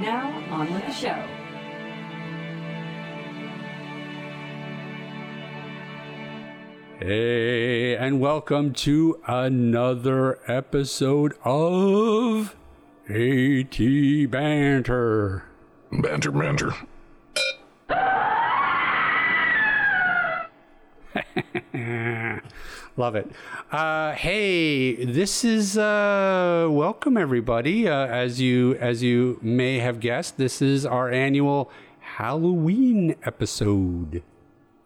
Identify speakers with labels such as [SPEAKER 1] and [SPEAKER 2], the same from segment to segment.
[SPEAKER 1] Now, on with the show.
[SPEAKER 2] Hey, and welcome to another episode of AT Banter.
[SPEAKER 3] Banter, banter.
[SPEAKER 2] Love it. Uh, hey, this is uh, welcome everybody. Uh, as you as you may have guessed, this is our annual Halloween episode.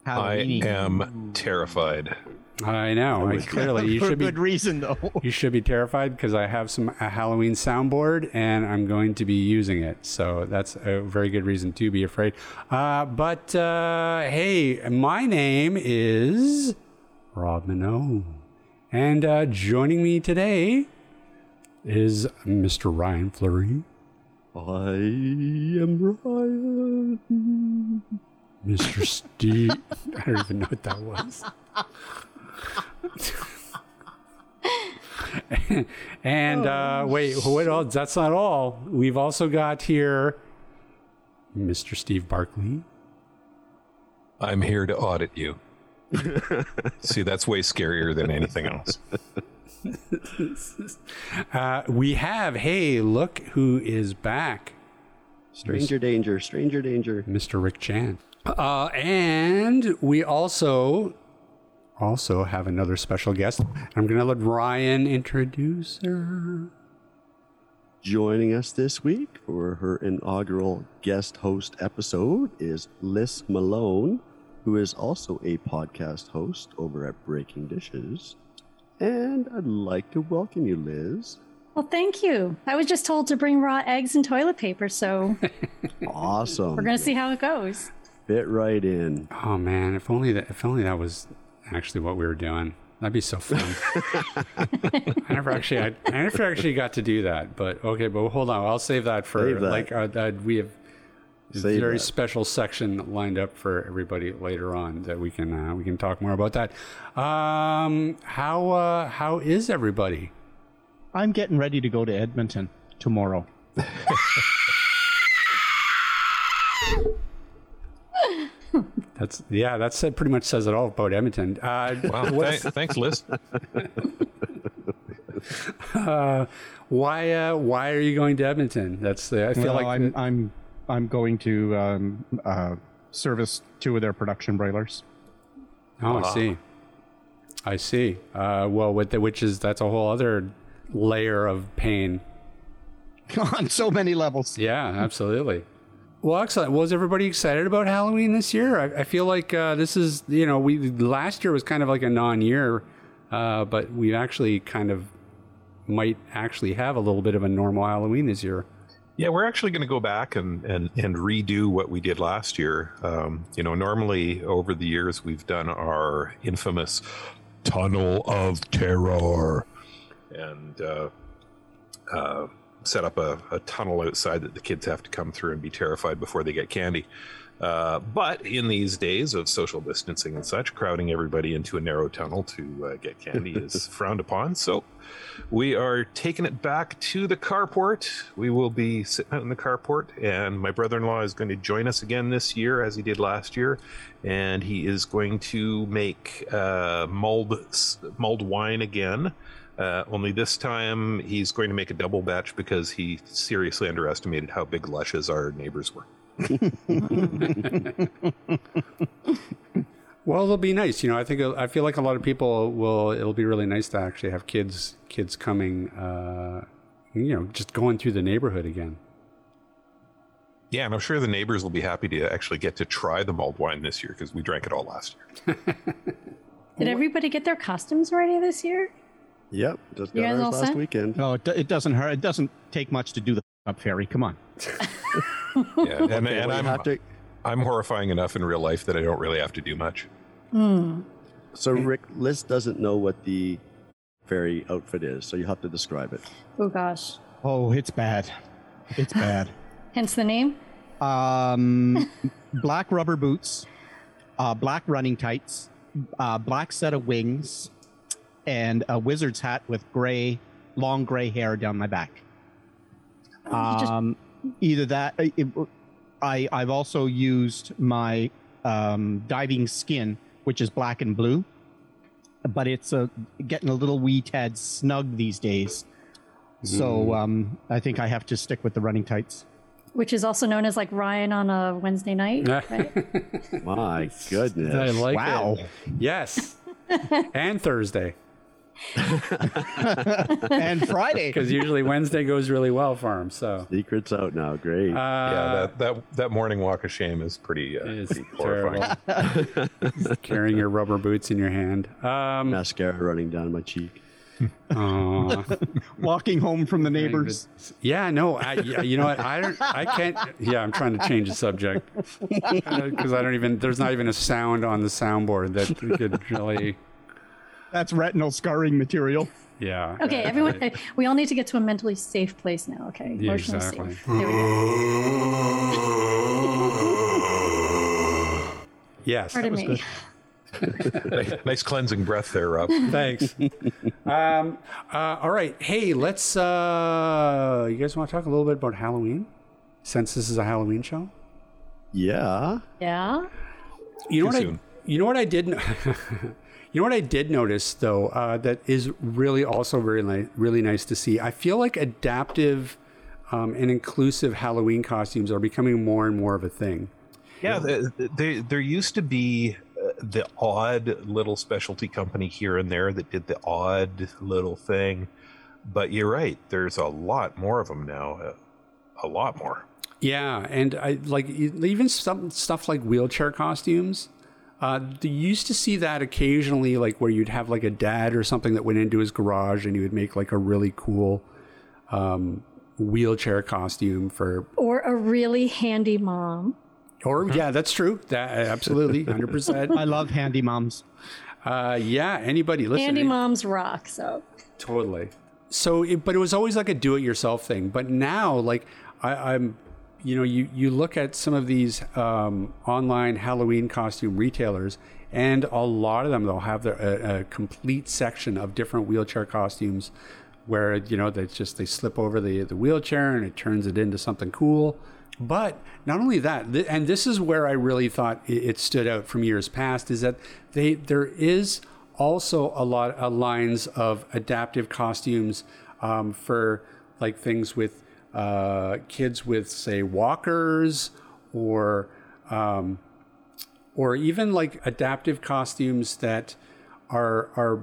[SPEAKER 3] I
[SPEAKER 4] Halloween.
[SPEAKER 3] am terrified.
[SPEAKER 2] I know. I, clearly, you
[SPEAKER 4] for
[SPEAKER 2] should be
[SPEAKER 4] good reason though.
[SPEAKER 2] you should be terrified because I have some a Halloween soundboard and I'm going to be using it. So that's a very good reason to be afraid. Uh, but uh, hey, my name is Rob Minot, and uh, joining me today is Mr. Ryan Fleury. I am Ryan. Mr. Steve. I don't even know what that was. And uh, wait, what else? That's not all. We've also got here Mr. Steve Barkley.
[SPEAKER 3] I'm here to audit you. See, that's way scarier than anything else.
[SPEAKER 2] Uh, we have, hey, look who is back,
[SPEAKER 5] Stranger danger, stranger danger.
[SPEAKER 2] Mr. Rick Chan. Uh, and we also also have another special guest. I'm going to let Ryan introduce her.
[SPEAKER 5] Joining us this week for her inaugural guest host episode is Liz Malone, who is also a podcast host over at Breaking Dishes. And I'd like to welcome you, Liz.
[SPEAKER 6] Well, thank you. I was just told to bring raw eggs and toilet paper, so
[SPEAKER 5] Awesome.
[SPEAKER 6] we're going to see how it goes.
[SPEAKER 5] fit right in.
[SPEAKER 2] Oh man, if only that if only that was actually what we were doing. That'd be so fun. I never actually I, I never actually got to do that, but okay, but hold on, I'll save that for
[SPEAKER 5] Save that.
[SPEAKER 2] like uh, that we have a
[SPEAKER 5] Save
[SPEAKER 2] very
[SPEAKER 5] that.
[SPEAKER 2] special section lined up for everybody later on that we can uh, we can talk more about that. Um how uh how is everybody?
[SPEAKER 4] I'm getting ready to go to Edmonton tomorrow.
[SPEAKER 2] That's yeah, that said pretty much says it all about Edmonton. Uh
[SPEAKER 3] Wow. Th- thanks, Liz.
[SPEAKER 2] why uh why are you going to Edmonton? That's the I feel
[SPEAKER 4] Well,
[SPEAKER 2] like
[SPEAKER 4] I'm I'm I'm going to um, uh, service two of their production boilers.
[SPEAKER 2] Oh, I see. I see. Uh, well, with the which is that's a whole other layer of pain.
[SPEAKER 4] On so many levels.
[SPEAKER 2] Yeah, absolutely. Well, excellent. Was everybody excited about Halloween this year? I, I feel like uh, this is you know we last year was kind of like a non-year, uh, but we actually kind of might actually have a little bit of a normal Halloween this year.
[SPEAKER 3] Yeah, we're actually going to go back and, and, and redo what we did last year. Um, you know, normally over the years, we've done our infamous Tunnel of Terror and uh, uh, set up a, a tunnel outside that the kids have to come through and be terrified before they get candy. Uh, but in these days of social distancing and such, crowding everybody into a narrow tunnel to uh, get candy is frowned upon. So we are taking it back to the carport. We will be sitting out in the carport, and my brother in law is going to join us again this year, as he did last year. And he is going to make uh, mulled, s- mulled wine again. Uh, only this time he's going to make a double batch because he seriously underestimated how big lushes our neighbors were.
[SPEAKER 2] Well, it'll be nice. You know, I think uh, I feel like a lot of people will. It'll be really nice to actually have kids kids coming. Uh, you know, just going through the neighborhood again.
[SPEAKER 3] Yeah, and I'm sure the neighbors will be happy to actually get to try the mulled wine this year because we drank it all last year.
[SPEAKER 6] Did everybody get their costumes ready this year?
[SPEAKER 5] Yep, just
[SPEAKER 6] You
[SPEAKER 5] got
[SPEAKER 6] guys
[SPEAKER 5] ours
[SPEAKER 6] all
[SPEAKER 5] last
[SPEAKER 6] set?
[SPEAKER 5] weekend.
[SPEAKER 4] No, it, do- it doesn't hurt. It doesn't take much to do the f- up fairy. Come on.
[SPEAKER 3] Yeah, and, and
[SPEAKER 5] Okay, well, you
[SPEAKER 3] I'm
[SPEAKER 5] have to-
[SPEAKER 3] I'm horrifying enough in real life that I don't really have to do much.
[SPEAKER 6] Hmm.
[SPEAKER 5] so Rick, Liz doesn't know what the fairy outfit is, so you have to describe it.
[SPEAKER 6] Oh gosh.
[SPEAKER 4] Oh, it's bad. It's bad.
[SPEAKER 6] Hence the name.
[SPEAKER 4] um, black rubber boots, uh, black running tights, uh, black set of wings, and a wizard's hat with gray, long gray hair down my back.
[SPEAKER 2] Uh,
[SPEAKER 6] just-
[SPEAKER 4] Um, either that, I- it- uh, I I've also used my um, diving skin, which is black and blue, but it's a, getting a little wee tad snug these days.
[SPEAKER 2] Mm.
[SPEAKER 4] So um, I think I have to stick with the running tights.
[SPEAKER 6] Which is also known as like Ryan on a Wednesday night. Right?
[SPEAKER 5] My
[SPEAKER 2] I
[SPEAKER 5] goodness.
[SPEAKER 2] like
[SPEAKER 4] wow.
[SPEAKER 2] it. Yes. and Thursday,
[SPEAKER 4] and Friday.
[SPEAKER 2] because usually Wednesday goes really well for him. So,
[SPEAKER 5] Secrets out now. Great.
[SPEAKER 2] uh,
[SPEAKER 3] yeah, that, that that morning walk of shame is pretty, uh,
[SPEAKER 2] It's
[SPEAKER 3] pretty horrifying.
[SPEAKER 2] terrible. carrying your rubber boots in your hand. Um,
[SPEAKER 5] Mascara running down my cheek.
[SPEAKER 2] aw.
[SPEAKER 4] walking home from the neighbors.
[SPEAKER 2] Yeah, no, I, yeah, you know what? I don't, I can't. Yeah, I'm trying to change the subject because I don't even. There's not even a sound on the soundboard that could really.
[SPEAKER 4] That's retinal scarring material.
[SPEAKER 2] Yeah.
[SPEAKER 6] Okay,
[SPEAKER 2] uh,
[SPEAKER 6] everyone, we all need to get to a mentally safe place now. Okay,
[SPEAKER 2] Yeah,
[SPEAKER 6] emotionally
[SPEAKER 2] exactly.
[SPEAKER 6] safe. There we go.
[SPEAKER 2] Yes.
[SPEAKER 6] Pardon me.
[SPEAKER 3] nice cleansing breath there, Rob.
[SPEAKER 2] Thanks. um, uh, all right. Hey, let's. Uh, you guys want to talk a little bit about Halloween, since this is a Halloween show?
[SPEAKER 5] Yeah.
[SPEAKER 6] Yeah.
[SPEAKER 2] You know what
[SPEAKER 3] soon.
[SPEAKER 2] I you know what I did no- you know what I did notice though uh, that is really also very ni- really nice to see. I feel like adaptive um, and inclusive Halloween costumes are becoming more and more of a thing.
[SPEAKER 3] Yeah, the, the, there- there used to be uh, the odd little specialty company here and there that did the odd little thing, but you're right. There's a lot more of them now, uh, a lot more.
[SPEAKER 2] Yeah, and I like e- even some stuff like wheelchair costumes. Uh, you used to see that occasionally, like where you'd have like a dad or something that went into his garage and he would make like a really cool um, wheelchair costume for
[SPEAKER 6] Or a really handy mom.
[SPEAKER 2] Or yeah, that's true. That absolutely, hundred percent.
[SPEAKER 4] I love handy moms.
[SPEAKER 2] Uh, yeah, anybody listening?
[SPEAKER 6] Handy moms rock. So
[SPEAKER 2] Totally. So, it, but it was always like a do-it-yourself thing. But now, like I, I'm, you know, you you look at some of these um, online Halloween costume retailers, and a lot of them they'll have their, a, a complete section of different wheelchair costumes, where you know they just they slip over the the wheelchair and it turns it into something cool. But not only that, th- and this is where I really thought it, it stood out from years past, is that they there is also a lot of lines of adaptive costumes um, for like things with uh, kids with say walkers or um, or even like adaptive costumes that are are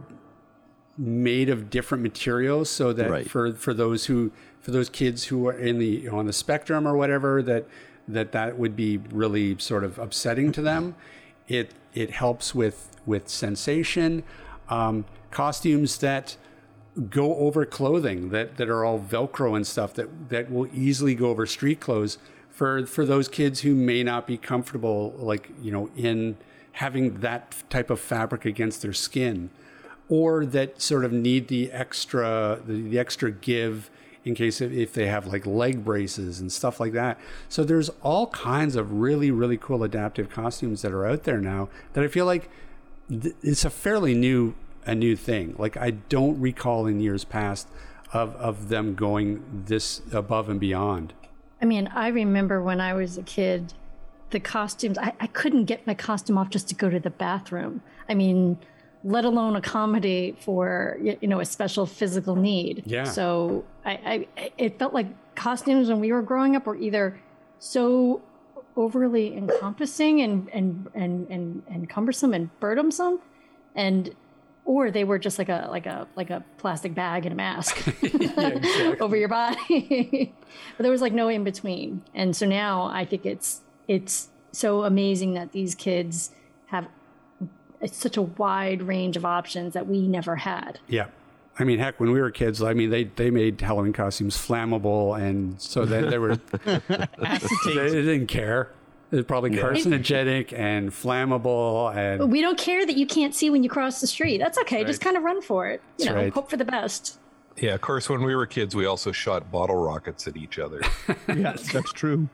[SPEAKER 2] made of different materials so that
[SPEAKER 5] Right.
[SPEAKER 2] for for those who for those kids who are in the on the spectrum or whatever that that that would be really sort of upsetting to them it it helps with with sensation um, costumes that go over clothing that, that are all velcro and stuff that, that will easily go over street clothes for for those kids who may not be comfortable like you know in having that type of fabric against their skin or that sort of need the extra the, the extra give in case if, if they have like leg braces and stuff like that so there's all kinds of really really cool adaptive costumes that are out there now that i feel like th- it's a fairly new a new thing. Like I don't recall in years past of of them going this above and beyond.
[SPEAKER 6] I mean, I remember when I was a kid, the costumes, I, I couldn't get my costume off just to go to the bathroom. I mean, let alone accommodate for, y- you know, a special physical need.
[SPEAKER 2] Yeah.
[SPEAKER 6] So I, I, it felt like costumes when we were growing up were either so overly encompassing and, and, and, and, and cumbersome and burdensome and, or they were just like a like a like a plastic bag and a mask. over your body. but there was like no in between. And so now I think it's it's so amazing that these kids have it's such a wide range of options that we never had.
[SPEAKER 2] Yeah, I mean, heck, when we were kids, I mean, they, they made Halloween costumes flammable, and so then they were they
[SPEAKER 4] Acetate.
[SPEAKER 2] didn't care. They're probably carcinogenic and flammable, and
[SPEAKER 6] We don't care that you can't see when you cross the street. That's okay. Just kind of run for it. You
[SPEAKER 2] That's
[SPEAKER 6] know,
[SPEAKER 2] right.
[SPEAKER 6] hope for the best.
[SPEAKER 3] Yeah, of course, when we were kids, we also shot bottle rockets at each other.
[SPEAKER 4] yes, that's true.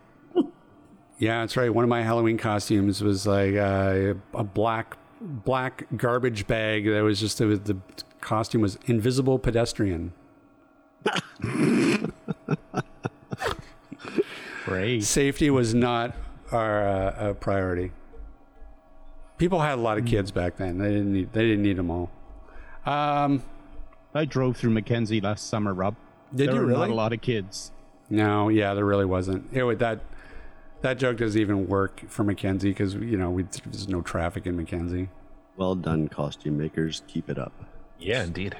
[SPEAKER 2] yeah, that's right. One of my Halloween costumes was like uh, a black black garbage bag that was just it was, the costume was invisible pedestrian.
[SPEAKER 4] Great.
[SPEAKER 2] Safety was not our uh, a priority. People had a lot of
[SPEAKER 4] Hmm.
[SPEAKER 2] kids back then. They didn't need, they didn't need them all. Um,
[SPEAKER 4] I drove through Mackenzie last summer, Rob.
[SPEAKER 2] Did
[SPEAKER 4] there
[SPEAKER 2] you
[SPEAKER 4] were
[SPEAKER 2] really?
[SPEAKER 4] Not a lot of kids.
[SPEAKER 2] No, yeah, there really wasn't. It would, that that joke doesn't even work for Mackenzie because you know we, there's no traffic in Mackenzie.
[SPEAKER 5] Well done, costume makers. Keep it up.
[SPEAKER 3] yeah, indeed.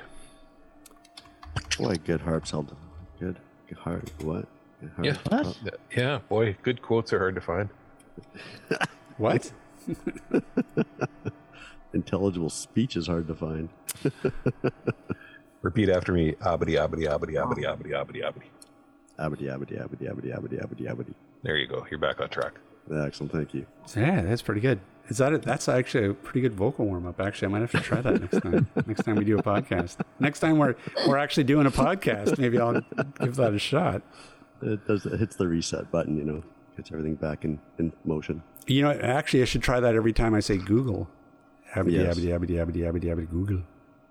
[SPEAKER 5] Boy, good harps held. Good, good harp. What? Good harp.
[SPEAKER 3] Yeah. Yeah, boy, good quotes are hard to find.
[SPEAKER 2] What?
[SPEAKER 5] Intelligible speech is hard to find.
[SPEAKER 3] Repeat after me. Abadi, abadi, abadi, abadi, abadi, abadi, abadi.
[SPEAKER 5] Abity, abity, abity, abity, abity, abity, abity.
[SPEAKER 3] There you go. You're back on track.
[SPEAKER 5] Excellent. Thank you.
[SPEAKER 2] Yeah, that's pretty good. Is that a, that's actually a pretty good vocal warm up. Actually, I might have to try that next time. next time we do a podcast. Next time we're we're actually doing a podcast. Maybe I'll give that a shot.
[SPEAKER 5] It does. It hits the reset button. You know, gets everything back in in motion.
[SPEAKER 2] You know, actually, I should try that every time I say Google. Abity,
[SPEAKER 5] Yes.
[SPEAKER 2] abity, abity, abity, abity, abity, Google.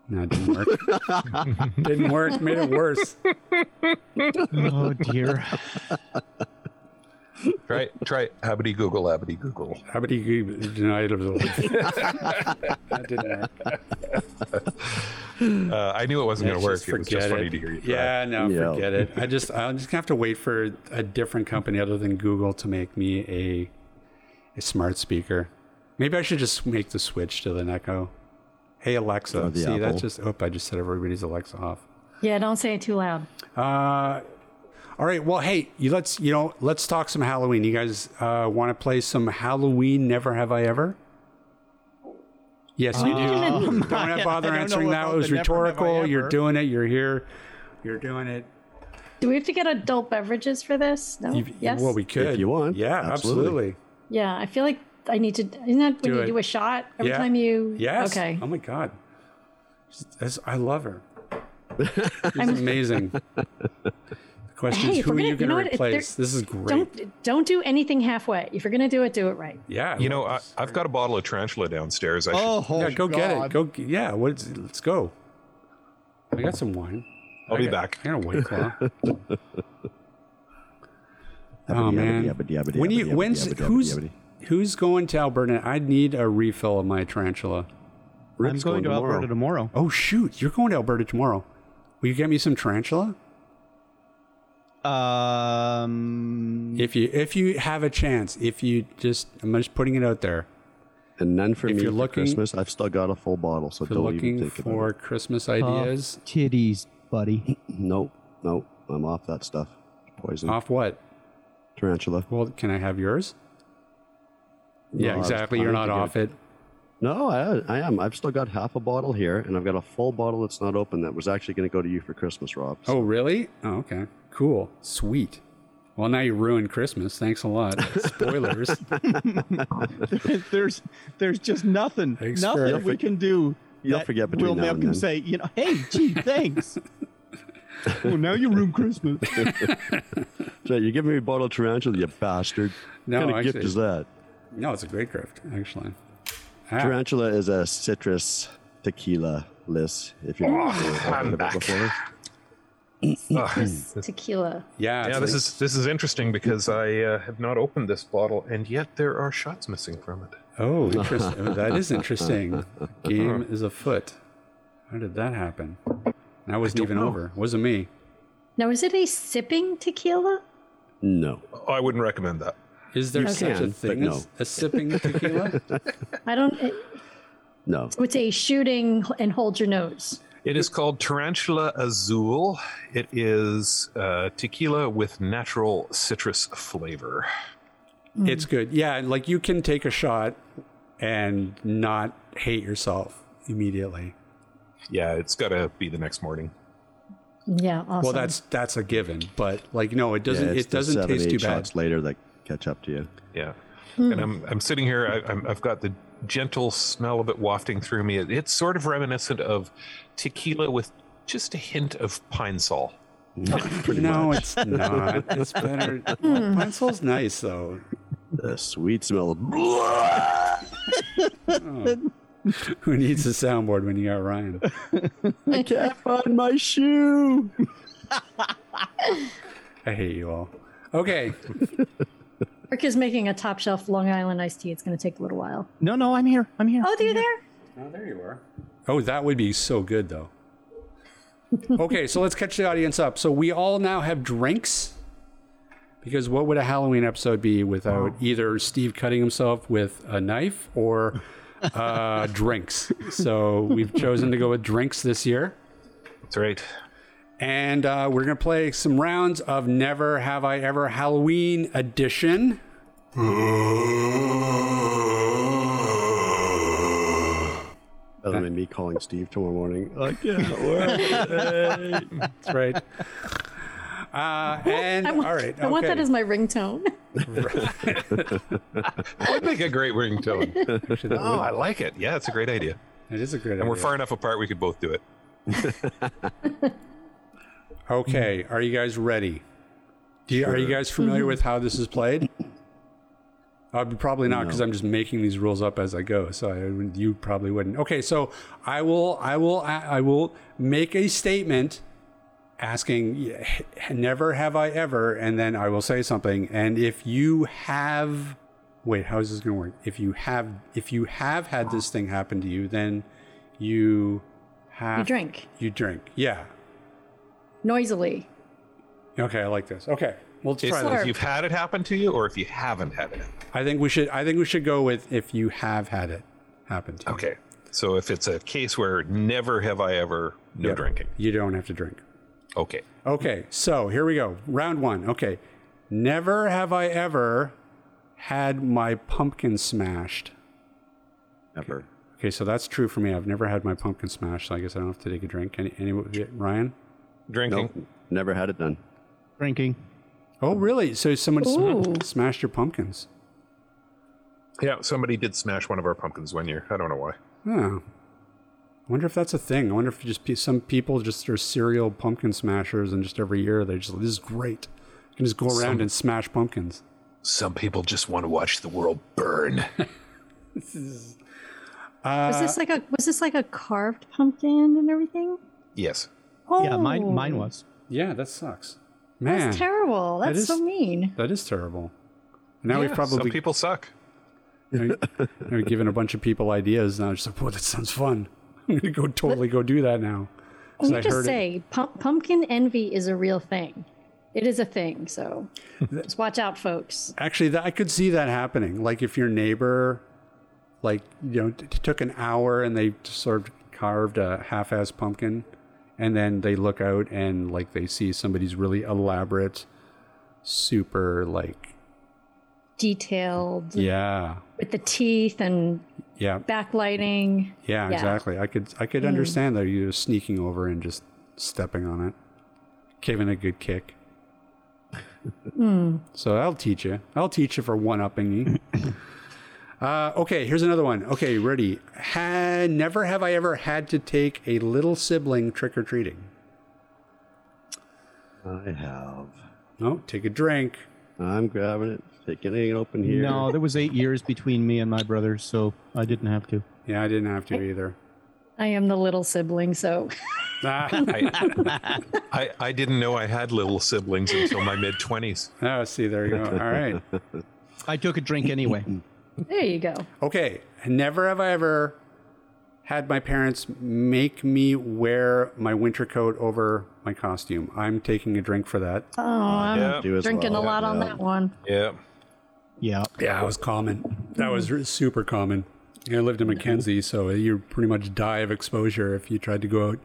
[SPEAKER 2] No, it didn't work. didn't work. Made it worse.
[SPEAKER 4] Oh dear.
[SPEAKER 3] Try try abadi Google, abadi Google.
[SPEAKER 2] Abity, Google. No, it was- that didn't work.
[SPEAKER 3] Uh, I knew it wasn't going to
[SPEAKER 2] Yeah,
[SPEAKER 3] work. It was just
[SPEAKER 2] forget
[SPEAKER 3] funny
[SPEAKER 2] it.
[SPEAKER 3] to hear you. Try.
[SPEAKER 2] Yeah, no,
[SPEAKER 5] Yeah.
[SPEAKER 2] forget it. I just I'm just gonna have to wait for a different company other than Google to make me a a smart speaker. Maybe I should just make the switch to the Echo. Hey Alexa,
[SPEAKER 5] Or the
[SPEAKER 2] see that's
[SPEAKER 5] Apple.
[SPEAKER 2] just oop, I just set everybody's Alexa off.
[SPEAKER 6] Yeah, don't say it too loud.
[SPEAKER 2] Uh, all right. Well, hey, you let's you know let's talk some Halloween. You guys uh, want to play some Halloween? Never have I ever. Yes, you do. Don't bother
[SPEAKER 4] Oh. I don't know
[SPEAKER 2] answering that.
[SPEAKER 4] about
[SPEAKER 2] It was
[SPEAKER 4] the never have I
[SPEAKER 2] rhetorical. You're
[SPEAKER 4] ever.
[SPEAKER 2] doing it. You're here. You're doing it.
[SPEAKER 6] Do we have to get adult beverages for this?
[SPEAKER 4] Oh,
[SPEAKER 6] No.
[SPEAKER 2] You-
[SPEAKER 6] yes.
[SPEAKER 2] Well, we could.
[SPEAKER 5] you want,
[SPEAKER 2] Yeah, absolutely.
[SPEAKER 5] absolutely.
[SPEAKER 6] yeah, I feel like I need to. Isn't that when
[SPEAKER 2] Do
[SPEAKER 6] you
[SPEAKER 2] it.
[SPEAKER 6] do a shot every
[SPEAKER 2] Yeah.
[SPEAKER 6] time you?
[SPEAKER 2] Yes.
[SPEAKER 6] Okay.
[SPEAKER 2] Oh my God. That's- I love her. She's amazing. The question is,
[SPEAKER 6] Hey, if
[SPEAKER 2] who
[SPEAKER 6] we're
[SPEAKER 2] are
[SPEAKER 6] gonna-
[SPEAKER 2] you
[SPEAKER 6] you
[SPEAKER 2] going to
[SPEAKER 6] know what? If there-
[SPEAKER 2] replace? This is great.
[SPEAKER 6] Don't don't do anything halfway. If you're gonna do it, do it right.
[SPEAKER 2] yeah.
[SPEAKER 3] You know, I, I've got a bottle of tarantula downstairs. I should
[SPEAKER 4] Oh,
[SPEAKER 2] yeah,
[SPEAKER 4] oh,
[SPEAKER 2] go get it.
[SPEAKER 4] God.
[SPEAKER 2] Go. g- Yeah. What's, let's go. I got some wine.
[SPEAKER 3] I'll
[SPEAKER 2] I
[SPEAKER 3] be
[SPEAKER 2] got-
[SPEAKER 3] back.
[SPEAKER 2] I got a white claw.
[SPEAKER 5] Abity,
[SPEAKER 2] oh
[SPEAKER 5] abity,
[SPEAKER 2] man.
[SPEAKER 5] abity, abity,
[SPEAKER 2] when
[SPEAKER 5] abity,
[SPEAKER 2] you,
[SPEAKER 5] abity,
[SPEAKER 2] when's,
[SPEAKER 5] abity, abity,
[SPEAKER 2] who's,
[SPEAKER 5] abity.
[SPEAKER 2] who's going to Alberta? I need a refill of my tarantula.
[SPEAKER 4] I'm
[SPEAKER 5] Rick's
[SPEAKER 4] going, to
[SPEAKER 5] tomorrow.
[SPEAKER 4] Alberta tomorrow.
[SPEAKER 2] Oh shoot, you're going to Alberta tomorrow. Will you get me some tarantula?
[SPEAKER 4] Um,
[SPEAKER 2] If you if you have a chance, if you just I'm just putting it out there.
[SPEAKER 5] And none for
[SPEAKER 2] If
[SPEAKER 5] me
[SPEAKER 2] you're
[SPEAKER 5] for
[SPEAKER 2] looking-
[SPEAKER 5] Christmas. I've still got a full bottle, so
[SPEAKER 2] If you're
[SPEAKER 5] don't even
[SPEAKER 2] looking
[SPEAKER 5] think about
[SPEAKER 2] for
[SPEAKER 5] it.
[SPEAKER 2] Christmas
[SPEAKER 4] tough
[SPEAKER 2] ideas,
[SPEAKER 4] titties, buddy.
[SPEAKER 5] Nope, nope. I'm off that stuff. Poison.
[SPEAKER 2] off what?
[SPEAKER 5] Tarantula.
[SPEAKER 2] Well, can I have yours?
[SPEAKER 5] No, I
[SPEAKER 2] yeah,
[SPEAKER 5] was
[SPEAKER 2] exactly. You're
[SPEAKER 5] planning
[SPEAKER 2] not
[SPEAKER 5] to
[SPEAKER 2] off
[SPEAKER 5] get-
[SPEAKER 2] it.
[SPEAKER 5] No, I, I am. I've still got half a bottle here, and I've got a full bottle that's not open that was actually going to go to you for Christmas, Rob.
[SPEAKER 2] Oh really? Oh okay. Cool. Sweet. Well, now you ruined Christmas. Thanks a lot. Spoilers.
[SPEAKER 4] there's, there's just nothing,
[SPEAKER 2] Thanks for-
[SPEAKER 4] nothing
[SPEAKER 2] You'll
[SPEAKER 4] we can do.
[SPEAKER 5] you'll
[SPEAKER 4] that
[SPEAKER 5] forget between
[SPEAKER 4] will
[SPEAKER 5] now
[SPEAKER 4] make
[SPEAKER 5] and
[SPEAKER 4] him
[SPEAKER 5] then.
[SPEAKER 4] say, you know, hey, gee, thanks. well, now you ruined Christmas.
[SPEAKER 5] So you're giving me a bottle of tarantula, you bastard.
[SPEAKER 2] No,
[SPEAKER 5] what kind of gift
[SPEAKER 2] actually-
[SPEAKER 5] is that?
[SPEAKER 2] no, it's a great gift, actually. Ah,
[SPEAKER 5] Tarantula is a citrus tequila list. If you're not sure what
[SPEAKER 3] I'm
[SPEAKER 5] it
[SPEAKER 3] back.
[SPEAKER 5] before.
[SPEAKER 2] Hmm,
[SPEAKER 6] Chris, tequila.
[SPEAKER 2] yeah.
[SPEAKER 3] Yeah,
[SPEAKER 2] it's
[SPEAKER 3] this
[SPEAKER 2] like-
[SPEAKER 3] is this is interesting because I uh, have not opened this bottle, and yet there are shots missing from it.
[SPEAKER 2] Oh, interesting. oh, that is interesting. Game is afoot. How did that happen? That wasn't even
[SPEAKER 3] know.
[SPEAKER 2] over. Wasn't me.
[SPEAKER 6] Now, is it a sipping tequila?
[SPEAKER 5] No.
[SPEAKER 3] Oh, I wouldn't recommend that.
[SPEAKER 2] Is there such
[SPEAKER 5] Can,
[SPEAKER 2] a
[SPEAKER 5] but
[SPEAKER 2] thing
[SPEAKER 5] no.
[SPEAKER 2] as a sipping tequila?
[SPEAKER 6] I don't. It,
[SPEAKER 5] No.
[SPEAKER 6] so it's a shooting and hold your nose.
[SPEAKER 3] It is called Tarantula Azul. It is uh, tequila with natural citrus flavor.
[SPEAKER 2] It's good. Yeah, and, like you can take a shot and not hate yourself immediately.
[SPEAKER 3] yeah, it's got to be the next morning.
[SPEAKER 6] Yeah, awesome.
[SPEAKER 2] Well, that's that's a given, but like no, it doesn't.
[SPEAKER 5] Yeah, it's
[SPEAKER 2] it
[SPEAKER 5] the
[SPEAKER 2] doesn't
[SPEAKER 5] seven,
[SPEAKER 2] taste
[SPEAKER 5] eight
[SPEAKER 2] too bad.
[SPEAKER 5] shots later that catch up to you.
[SPEAKER 3] Yeah. And I'm I'm sitting here. I, I'm, I've got the gentle smell of it wafting through me. It, it's sort of reminiscent of tequila with just a hint of pine sol.
[SPEAKER 5] Pretty
[SPEAKER 2] no,
[SPEAKER 5] much.
[SPEAKER 2] it's not. It's better. Pine Sol's nice though.
[SPEAKER 5] The sweet smell of
[SPEAKER 2] Who needs a soundboard when you got Ryan?
[SPEAKER 5] I can't find my shoe.
[SPEAKER 2] I hate you all. Okay,
[SPEAKER 6] Rick is making a top shelf Long Island iced tea. It's going to take a little while.
[SPEAKER 2] Mm-hmm.
[SPEAKER 4] No, no, I'm here. I'm here.
[SPEAKER 6] Oh, you're there?
[SPEAKER 2] Oh, there you are. Oh, that would be so good, though. okay, so let's catch the audience up. So we all now have drinks. Because what would a Halloween episode be without either Steve cutting himself with a knife or uh, drinks? So we've chosen to go with drinks this year.
[SPEAKER 3] That's right.
[SPEAKER 2] And uh, we're going to play some rounds of Never Have I Ever Halloween Edition.
[SPEAKER 5] Other than me calling Steve tomorrow morning. I can't work.
[SPEAKER 2] That's right. Uh, and
[SPEAKER 6] I want,
[SPEAKER 2] all right.
[SPEAKER 6] I want
[SPEAKER 2] okay.
[SPEAKER 6] that as my ringtone.
[SPEAKER 3] Would make a great ringtone. oh, I like it. Yeah, it's a great idea.
[SPEAKER 2] It is a great
[SPEAKER 3] And we're
[SPEAKER 2] idea.
[SPEAKER 3] far enough apart we could both do it.
[SPEAKER 2] Okay, are you guys ready? Do you, Are you guys familiar with how this is played? Uh, probably not, because I'm just making these rules up as I go. So I, wouldn't- you probably wouldn't. Okay, so I will, I will, I, I will make a statement asking, "Never have I ever," and then I will say something. And if you have, wait, how is this going to work? If you have, if you have had this thing happen to you, then you have
[SPEAKER 6] You drink
[SPEAKER 2] You drink. Yeah.
[SPEAKER 6] noisily.
[SPEAKER 2] Okay, I like this. Okay, we'll
[SPEAKER 3] It's
[SPEAKER 2] try
[SPEAKER 3] like
[SPEAKER 2] this.
[SPEAKER 6] Slurp.
[SPEAKER 3] if you've had it happen to you or if you haven't had it.
[SPEAKER 2] I think we should. I think we should go with if you have had it happen. To you.
[SPEAKER 3] Okay. So if it's a case where never have I ever, no
[SPEAKER 2] Yep.
[SPEAKER 3] drinking.
[SPEAKER 2] You don't have to drink.
[SPEAKER 3] Okay.
[SPEAKER 2] Okay, so here we go. Round one. Okay, never have I ever had my pumpkin smashed.
[SPEAKER 5] Never.
[SPEAKER 2] Okay, so that's true for me. I've never had my pumpkin smashed, so I guess I don't have to take a drink. Any, any Ryan?
[SPEAKER 3] Drinking.
[SPEAKER 5] Nope. Never had it done.
[SPEAKER 4] Drinking.
[SPEAKER 2] Oh, really? So someone sma-
[SPEAKER 6] Ooh.
[SPEAKER 2] smashed your pumpkins?
[SPEAKER 3] Yeah, somebody did smash one of our pumpkins one year. I don't know why.
[SPEAKER 2] Oh. I wonder if that's a thing. I wonder if just pe- some people just are serial pumpkin smashers, and just every year they just this is great. You can just go around and smash pumpkins.
[SPEAKER 3] Some people just want to watch the world burn.
[SPEAKER 6] was
[SPEAKER 2] Uh,
[SPEAKER 6] this like a was this like a carved pumpkin and everything?
[SPEAKER 3] yes.
[SPEAKER 6] Oh,
[SPEAKER 4] Yeah, mine, mine was.
[SPEAKER 2] Yeah, that sucks. Man,
[SPEAKER 6] That's terrible.
[SPEAKER 2] That
[SPEAKER 6] That's
[SPEAKER 2] is-
[SPEAKER 6] so mean.
[SPEAKER 2] that is terrible. Now
[SPEAKER 3] Yeah,
[SPEAKER 2] we've
[SPEAKER 3] Some
[SPEAKER 2] probably
[SPEAKER 3] people suck.
[SPEAKER 2] now we've given a bunch of people ideas. Now it's like, whoa, that sounds fun. I'm gonna go totally go do that now. 'Cause
[SPEAKER 6] Let me
[SPEAKER 2] I
[SPEAKER 6] just
[SPEAKER 2] heard it.
[SPEAKER 6] say, pump, pumpkin envy is a real thing. It is a thing. So just watch out, folks.
[SPEAKER 2] Actually, that, I could see that happening. Like if your neighbor, like you know, t- took an hour and they just sort of carved a half-ass pumpkin, and then they look out and like they see somebody's really elaborate, super like
[SPEAKER 6] Detailed
[SPEAKER 2] yeah,
[SPEAKER 6] with the teeth and
[SPEAKER 2] yeah,
[SPEAKER 6] backlighting.
[SPEAKER 2] yeah,
[SPEAKER 6] Yeah.
[SPEAKER 2] exactly. I could I could understand though you sneaking over and just stepping on it, giving a good kick. So I'll teach you. I'll teach you for one upping you. Uh, okay, here's another one. Okay, ready. Ha- never have I ever had to take a little sibling trick or treating.
[SPEAKER 5] I have.
[SPEAKER 2] No, Oh, take a drink.
[SPEAKER 5] I'm grabbing it. Taking it open here.
[SPEAKER 4] No, there was eight years between me and my brother, so I didn't have to.
[SPEAKER 2] Yeah, I didn't have to either.
[SPEAKER 6] I am the little sibling, so
[SPEAKER 2] Ah,
[SPEAKER 3] I, I, I didn't know I had little siblings until my mid 20s.
[SPEAKER 2] oh, see, there you go. All right.
[SPEAKER 4] I took a drink anyway.
[SPEAKER 6] there you go. Oh,
[SPEAKER 2] Okay, never have I ever had my parents make me wear my winter coat over my costume. I'm taking a drink for that.
[SPEAKER 6] Oh, I'm
[SPEAKER 3] Yeah.
[SPEAKER 5] Do as
[SPEAKER 6] drinking
[SPEAKER 5] well.
[SPEAKER 6] a lot on
[SPEAKER 5] Yeah.
[SPEAKER 6] that one.
[SPEAKER 3] Yeah.
[SPEAKER 4] yeah.
[SPEAKER 2] Yeah, that was common. That was re- super common. I lived in Mackenzie, so you pretty much die of exposure if you tried to go out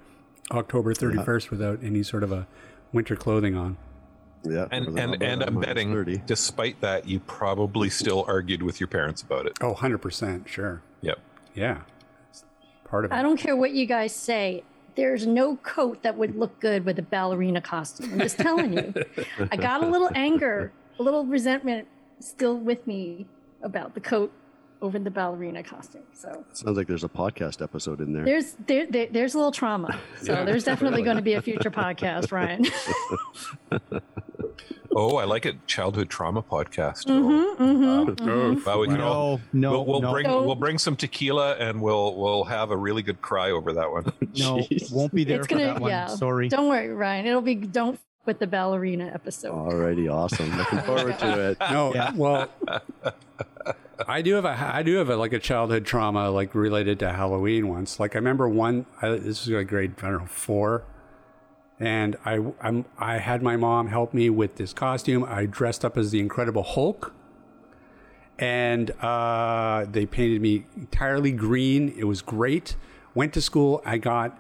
[SPEAKER 2] October 31st without any sort of a winter clothing on.
[SPEAKER 5] Yeah.
[SPEAKER 3] And,
[SPEAKER 5] it was
[SPEAKER 3] and,
[SPEAKER 5] about
[SPEAKER 3] and I'm
[SPEAKER 5] minus
[SPEAKER 3] betting,
[SPEAKER 5] 30.
[SPEAKER 3] despite that, you probably still argued with your parents about it.
[SPEAKER 2] Oh, 100%, sure.
[SPEAKER 3] Yep.
[SPEAKER 2] Yeah. It's part of it.
[SPEAKER 6] I don't care what you guys say. there's no coat that would look good with a ballerina costume. I'm just telling you. I got a little anger, a little resentment still with me about the coat over the ballerina costume. So
[SPEAKER 5] Sounds like there's a podcast episode in there.
[SPEAKER 6] there's there, there there's a little trauma. So
[SPEAKER 3] Yeah.
[SPEAKER 6] there's definitely going to be a future podcast, Ryan.
[SPEAKER 3] Oh, I like it. Childhood trauma podcast. Oh,
[SPEAKER 6] Mhm, mhm,
[SPEAKER 3] Wow.
[SPEAKER 6] mhm.
[SPEAKER 3] Wow, we can all
[SPEAKER 4] No, no,
[SPEAKER 3] we'll, we'll
[SPEAKER 4] no,
[SPEAKER 3] bring
[SPEAKER 6] So-
[SPEAKER 3] we'll bring some tequila and we'll we'll have a really good cry over that one.
[SPEAKER 4] no,
[SPEAKER 5] Jeez.
[SPEAKER 4] won't be there
[SPEAKER 6] It's
[SPEAKER 4] for
[SPEAKER 6] gonna-
[SPEAKER 4] that one.
[SPEAKER 6] yeah.
[SPEAKER 4] Sorry.
[SPEAKER 6] Don't worry, Ryan. It'll be don't f- with the ballerina episode.
[SPEAKER 5] Alrighty, awesome. Looking forward to it.
[SPEAKER 2] No,
[SPEAKER 4] Yeah.
[SPEAKER 2] well, I do have a I do have a, like a childhood trauma like related to Halloween once. Like I remember one. I, this was like grade I don't know four, and I I'm, I had my mom help me with this costume. I dressed up as the Incredible Hulk, and uh, they painted me entirely green. It was great. Went to school. I got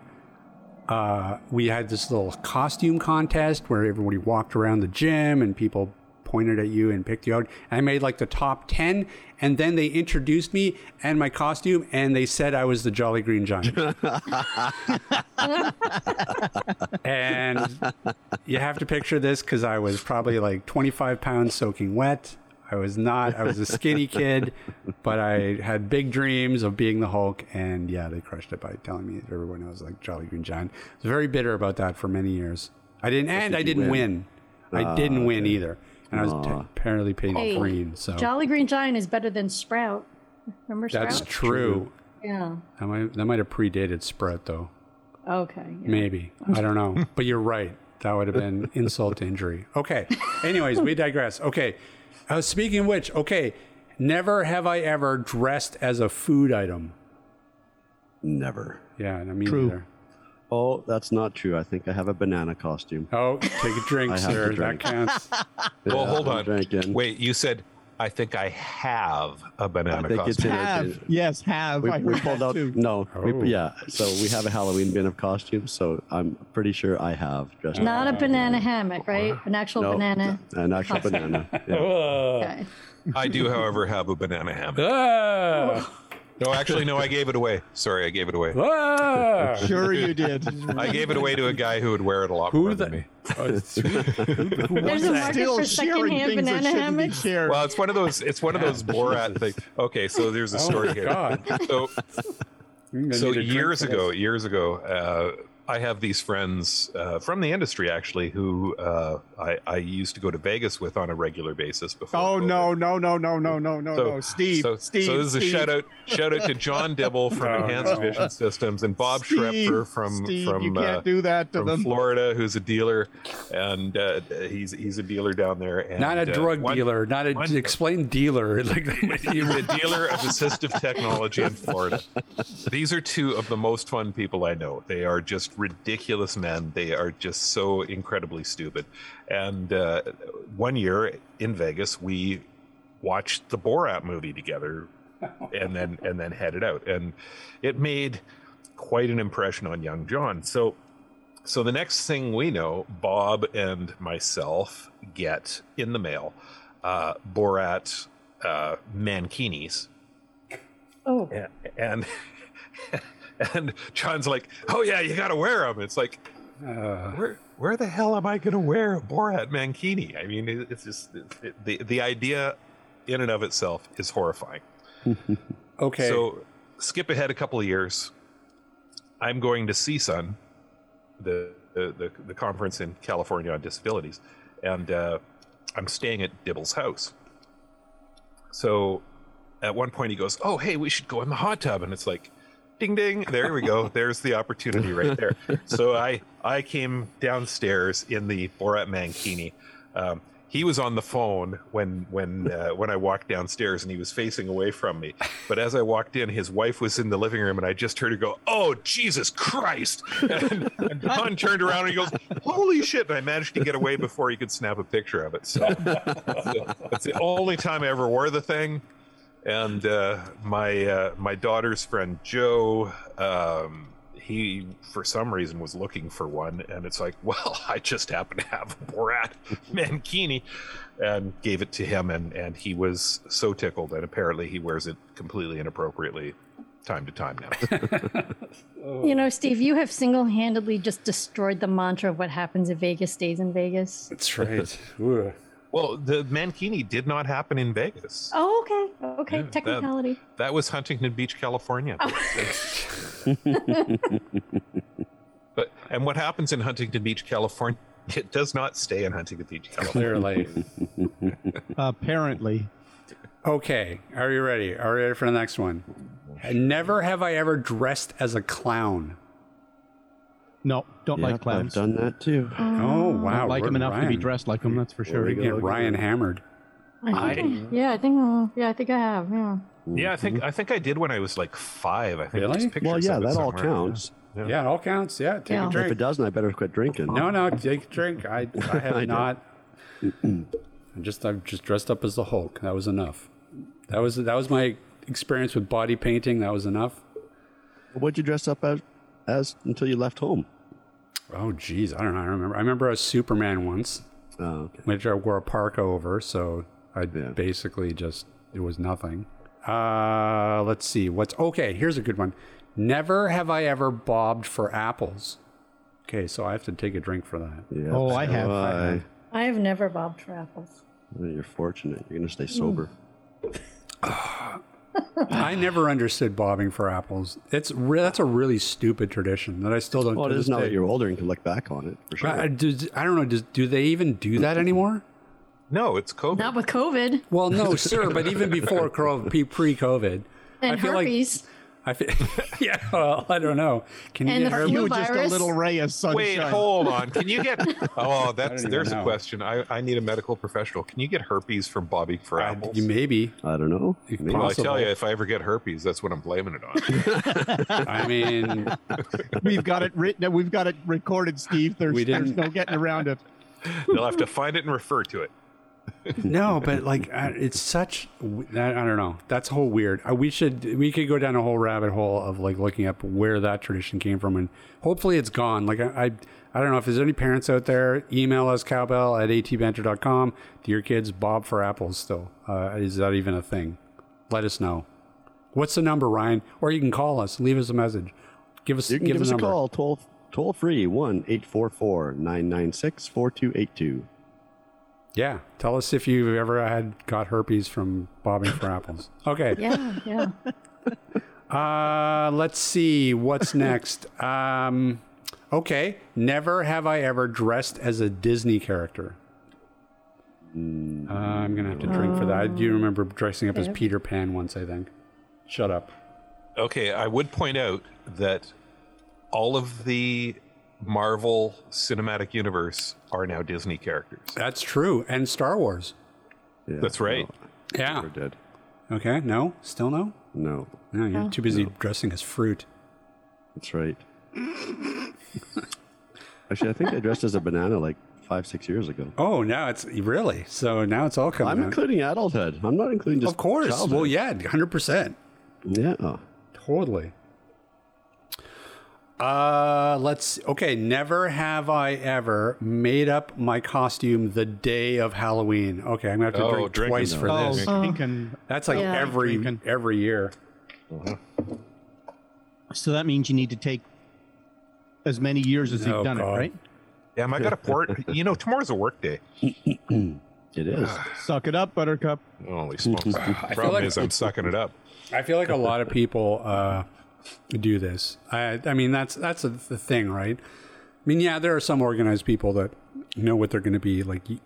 [SPEAKER 2] uh, we had this little costume contest where everybody walked around the gym and people pointed at you and picked you out. I made like the top 10, and then they introduced me and my costume, and they said I was the Jolly Green Giant. and you have to picture this because I was probably like 25 pounds soaking wet. I was not, I was a skinny kid, but I had big dreams of being the Hulk. And yeah, they crushed it by telling me that everyone I was like Jolly Green Giant. I was very bitter about that for many years. I didn't, and I
[SPEAKER 5] you
[SPEAKER 2] didn't win.
[SPEAKER 5] win? Ah,
[SPEAKER 2] I didn't win either. And I was
[SPEAKER 5] Aw.
[SPEAKER 2] apparently painted
[SPEAKER 6] Hey,
[SPEAKER 2] green. So
[SPEAKER 6] Jolly Green Giant is better than Sprout. Remember Sprout?
[SPEAKER 2] that's true.
[SPEAKER 6] yeah.
[SPEAKER 2] That might, that might have predated Sprout though.
[SPEAKER 6] Okay. yeah.
[SPEAKER 2] Maybe. I don't know. but you're right. That would have been insult to injury. Okay. Anyways, we digress. Okay. Uh, speaking of which, okay, never have I ever dressed as a food item.
[SPEAKER 5] Never.
[SPEAKER 2] Yeah, and I mean,
[SPEAKER 4] True.
[SPEAKER 2] either.
[SPEAKER 5] Oh, that's not true. I think I have a banana costume.
[SPEAKER 2] oh, take a drink,
[SPEAKER 5] I have to
[SPEAKER 2] sir.
[SPEAKER 5] drink.
[SPEAKER 2] That counts.
[SPEAKER 3] well,
[SPEAKER 5] Yeah,
[SPEAKER 3] hold
[SPEAKER 5] I'm
[SPEAKER 3] on.
[SPEAKER 5] drinking.
[SPEAKER 3] Wait, you said I think I have a banana
[SPEAKER 5] think it's
[SPEAKER 3] costume.
[SPEAKER 5] in-
[SPEAKER 4] Have yes, have.
[SPEAKER 5] We,
[SPEAKER 4] I
[SPEAKER 5] we
[SPEAKER 4] heard
[SPEAKER 5] pulled
[SPEAKER 4] that
[SPEAKER 5] out.
[SPEAKER 4] too.
[SPEAKER 5] No. we-
[SPEAKER 2] Oh.
[SPEAKER 5] yeah. So we have a Halloween bin of costumes. So I'm pretty sure I have dressed up.
[SPEAKER 6] Not a banana hammock, right? An actual
[SPEAKER 5] No,
[SPEAKER 6] banana.
[SPEAKER 5] An actual banana. Yeah.
[SPEAKER 6] Okay.
[SPEAKER 3] I do, however, have a banana hammock.
[SPEAKER 2] Ah!
[SPEAKER 3] No, actually, no, I gave it away. Sorry, I gave it away.
[SPEAKER 2] Ah!
[SPEAKER 4] Sure, you did.
[SPEAKER 3] I gave it away to a guy who would wear it a lot more
[SPEAKER 2] Who
[SPEAKER 3] than
[SPEAKER 2] the?
[SPEAKER 3] me.
[SPEAKER 2] Oh, who- who
[SPEAKER 6] There's
[SPEAKER 2] was
[SPEAKER 6] a
[SPEAKER 2] that?
[SPEAKER 6] market
[SPEAKER 4] Still sharing
[SPEAKER 6] for secondhand
[SPEAKER 4] things that
[SPEAKER 6] banana
[SPEAKER 4] shouldn't be
[SPEAKER 6] hammocks.
[SPEAKER 4] shared.
[SPEAKER 3] Well, it's one of those. It's one of those Borat things. Okay, so there's a
[SPEAKER 2] Oh,
[SPEAKER 3] story
[SPEAKER 2] my
[SPEAKER 3] here.
[SPEAKER 2] God.
[SPEAKER 3] So
[SPEAKER 2] I'm gonna
[SPEAKER 3] so
[SPEAKER 2] need a drink
[SPEAKER 3] years
[SPEAKER 2] for this.
[SPEAKER 3] ago, years ago, uh, I have these friends uh, from the industry actually who uh, I, I used to go to Vegas with on a regular basis before.
[SPEAKER 4] Oh
[SPEAKER 3] COVID.
[SPEAKER 4] no no no no no no no no! Steve,
[SPEAKER 3] so,
[SPEAKER 4] Steve.
[SPEAKER 3] So this is
[SPEAKER 4] Steve.
[SPEAKER 3] a shout out, shout out to John Dibble from
[SPEAKER 2] Oh,
[SPEAKER 3] Enhanced
[SPEAKER 2] no.
[SPEAKER 3] Vision Systems and Bob
[SPEAKER 4] Steve,
[SPEAKER 3] Schrepfer from
[SPEAKER 4] Steve,
[SPEAKER 3] from
[SPEAKER 4] you
[SPEAKER 3] uh,
[SPEAKER 4] can't do that to
[SPEAKER 3] from
[SPEAKER 4] them.
[SPEAKER 3] Florida, who's a dealer, and uh, he's he's a dealer down there. And,
[SPEAKER 2] Not a
[SPEAKER 3] uh,
[SPEAKER 2] drug
[SPEAKER 3] one-
[SPEAKER 2] dealer, not a
[SPEAKER 3] one-
[SPEAKER 2] explain dealer. Like
[SPEAKER 3] He was a dealer of assistive technology in Florida. These are two of the most fun people I know. They are just ridiculous men. They are just so incredibly stupid. And uh, one year in Vegas, we watched the Borat movie together, and then and then headed out, and it made quite an impression on young John. So. So the next thing we know, Bob and myself get in the mail uh, Borat uh, mankinis,
[SPEAKER 6] Oh,
[SPEAKER 3] and, and and John's like, "Oh yeah, you gotta wear them." It's like,
[SPEAKER 2] Uh,
[SPEAKER 3] where where the hell am I gonna wear a Borat mankini? I mean, it, it's just it, the the idea in and of itself is horrifying.
[SPEAKER 2] okay.
[SPEAKER 3] So skip ahead a couple of years. I'm going to CSUN, the the, the, the conference in California on disabilities, and uh, I'm staying at Dibble's house. So at one point he goes, "Oh hey, we should go in the hot tub," and it's like, ding ding, there we go. There's the opportunity right there. So I I came downstairs in the Borat mankini. Um, he was on the phone when when uh, when I walked downstairs, and he was facing away from me. But as I walked in, his wife was in the living room, and I just heard her go, "Oh Jesus Christ!" And, and Don turned around and he goes, "Holy shit!" And I managed to get away before he could snap a picture of it. So it's the only time I ever wore the thing. And uh, my uh, my daughter's friend Joe, um, he for some reason was looking for one, and it's like, well, I just happen to have a Borat mankini, and gave it to him, and and he was so tickled, and apparently he wears it completely inappropriately time to time now.
[SPEAKER 6] You know, Steve, you have single handedly just destroyed the mantra of what happens if Vegas stays in Vegas.
[SPEAKER 2] That's right. Ooh.
[SPEAKER 3] well, the Mankini did not happen in Vegas.
[SPEAKER 6] Oh, okay. Okay.
[SPEAKER 3] Yeah, that-
[SPEAKER 6] Technicality.
[SPEAKER 3] That was Huntington Beach, California. but and what happens in Huntington Beach, California? It does not stay in Huntington Beach, California.
[SPEAKER 2] Clearly.
[SPEAKER 4] Apparently.
[SPEAKER 2] Okay, are you ready? Are you ready for the next one? Never have I ever dressed as a clown.
[SPEAKER 4] No, don't
[SPEAKER 5] Yeah,
[SPEAKER 4] like clowns.
[SPEAKER 5] I've done that too.
[SPEAKER 2] Oh wow!
[SPEAKER 4] Mm. Don't like
[SPEAKER 2] we're
[SPEAKER 4] him enough to be
[SPEAKER 2] Ryan.
[SPEAKER 4] dressed like him, that's for sure.
[SPEAKER 2] We get Ryan hammered.
[SPEAKER 6] I think I- yeah, I think. uh, Yeah, I think I have. Yeah.
[SPEAKER 3] Yeah, I think I think I did when I was like five. I think
[SPEAKER 2] Really?
[SPEAKER 3] there's pictures
[SPEAKER 5] Well, yeah,
[SPEAKER 3] of it
[SPEAKER 5] that all
[SPEAKER 3] somewhere.
[SPEAKER 5] counts.
[SPEAKER 3] Yeah.
[SPEAKER 2] Yeah, it all counts. Yeah, take
[SPEAKER 6] Yeah.
[SPEAKER 2] a
[SPEAKER 5] If it
[SPEAKER 2] drink.
[SPEAKER 5] doesn't, I better quit drinking.
[SPEAKER 2] No, no, take a drink. I, I have
[SPEAKER 5] I did.
[SPEAKER 2] not. I just I just dressed up as the Hulk. That was enough. That was that was my experience with body painting. That was enough.
[SPEAKER 5] What'd you dress up as, as until you left home?
[SPEAKER 2] Oh geez, I don't know. I remember. I remember I was Superman once,
[SPEAKER 5] Oh, okay.
[SPEAKER 2] which I wore a parka over, so I
[SPEAKER 5] Yeah.
[SPEAKER 2] basically just it was nothing. Uh, let's see. What's okay? Here's a good one. Never have I ever bobbed for apples. Okay, so I have to take a drink for that.
[SPEAKER 5] Yeah,
[SPEAKER 4] Oh, I
[SPEAKER 5] so
[SPEAKER 4] have.
[SPEAKER 5] I-
[SPEAKER 6] I have never bobbed for apples.
[SPEAKER 5] well, you're fortunate. You're gonna stay sober.
[SPEAKER 2] I never understood bobbing for apples. It's re- that's a really stupid tradition that I still don't.
[SPEAKER 5] Well,
[SPEAKER 2] to
[SPEAKER 5] it is
[SPEAKER 2] this
[SPEAKER 5] now that
[SPEAKER 2] day.
[SPEAKER 5] you're older and can look back on it for sure.
[SPEAKER 2] I, I- do, I don't know. Does, do they even do that anymore?
[SPEAKER 3] No, it's COVID.
[SPEAKER 6] Not with COVID
[SPEAKER 2] Well, no, sir. But even before pre COVID, I
[SPEAKER 6] and
[SPEAKER 2] feel like
[SPEAKER 6] herpes.
[SPEAKER 2] I feel, yeah. Well, I don't know. Can
[SPEAKER 6] And
[SPEAKER 2] you get
[SPEAKER 6] the
[SPEAKER 2] herpes?
[SPEAKER 4] You
[SPEAKER 6] flu
[SPEAKER 4] were just a
[SPEAKER 6] virus.
[SPEAKER 4] little ray of sunshine.
[SPEAKER 3] Wait, hold on. Can you get? Oh, that's
[SPEAKER 2] even
[SPEAKER 3] there's a
[SPEAKER 2] know.
[SPEAKER 3] question. I, I need a medical professional. Can you get herpes from bobbing for apples?
[SPEAKER 2] You maybe.
[SPEAKER 5] I don't know.
[SPEAKER 2] You
[SPEAKER 5] Maybe.
[SPEAKER 3] well, I
[SPEAKER 2] possible.
[SPEAKER 3] tell you, if I ever get herpes, that's what I'm blaming it on.
[SPEAKER 2] I mean,
[SPEAKER 4] We've got it written. We've got it recorded, Steve. There's,
[SPEAKER 2] We
[SPEAKER 4] there's
[SPEAKER 2] didn't-
[SPEAKER 4] no getting around it.
[SPEAKER 3] They'll have to find it and refer to it.
[SPEAKER 2] no, but like I- it's such. I don't know. That's whole weird. Uh, We should we could go down a whole rabbit hole of like looking up where that tradition came from, and hopefully it's gone. Like I. I I don't know if there's any parents out there. Email us cowbell at atbanter.com. Do your kids bob for apples still? Uh, is that even a thing? Let us know. What's the number, Ryan? Or you can call us. Leave us a message. Give us
[SPEAKER 5] You can
[SPEAKER 2] give
[SPEAKER 5] give us
[SPEAKER 2] the
[SPEAKER 5] a
[SPEAKER 2] number.
[SPEAKER 5] call, toll, toll free, 1 844 996 4282.
[SPEAKER 2] Yeah, tell us if you've ever had got herpes from bobbing for apples. Okay.
[SPEAKER 6] Yeah, yeah.
[SPEAKER 2] Uh, let's see what's next. Um, okay, never have I ever dressed as a Disney character. Uh, I'm gonna have to drink for that. I do remember dressing up as Peter Pan once. I think. Shut up.
[SPEAKER 3] Okay, I would point out that all of the Marvel Cinematic Universe are now Disney characters.
[SPEAKER 2] That's true. And Star Wars.
[SPEAKER 5] Yeah,
[SPEAKER 3] That's right.
[SPEAKER 5] No,
[SPEAKER 2] Yeah.
[SPEAKER 5] we're dead.
[SPEAKER 2] Okay. No. Still no.
[SPEAKER 5] No,
[SPEAKER 2] No. You're too busy dressing as fruit.
[SPEAKER 5] that's right. Actually, I think I dressed as a banana like five, six years ago.
[SPEAKER 2] Oh, now it's really. So now it's all coming.
[SPEAKER 5] I'm
[SPEAKER 2] out.
[SPEAKER 5] including adulthood. I'm not including just
[SPEAKER 2] Of course.
[SPEAKER 5] childhood.
[SPEAKER 2] Well, yeah, hundred percent.
[SPEAKER 5] yeah. Oh,
[SPEAKER 2] Totally. Uh, let's okay. Never have I ever made up my costume the day of Halloween. Okay, I'm gonna have to
[SPEAKER 3] Oh,
[SPEAKER 2] drink
[SPEAKER 3] drinking
[SPEAKER 2] twice
[SPEAKER 3] though.
[SPEAKER 2] for
[SPEAKER 4] Oh,
[SPEAKER 2] this.
[SPEAKER 4] thinking.
[SPEAKER 2] That's like
[SPEAKER 6] Yeah.
[SPEAKER 2] every
[SPEAKER 4] Drinking.
[SPEAKER 2] every year.
[SPEAKER 4] So that means you need to take as many years as
[SPEAKER 2] Oh,
[SPEAKER 4] you've done
[SPEAKER 2] God.
[SPEAKER 4] it, right?
[SPEAKER 3] Damn, I got a port. You know, tomorrow's a work day.
[SPEAKER 5] it is.
[SPEAKER 4] Suck it up, Buttercup.
[SPEAKER 3] Holy smokes. Problem
[SPEAKER 2] like-
[SPEAKER 3] is, I'm sucking it up.
[SPEAKER 2] I feel like a lot of people uh, do this. I, I mean, that's that's a, the thing, right? I mean, yeah, there are some organized people that know what they're going to be like y-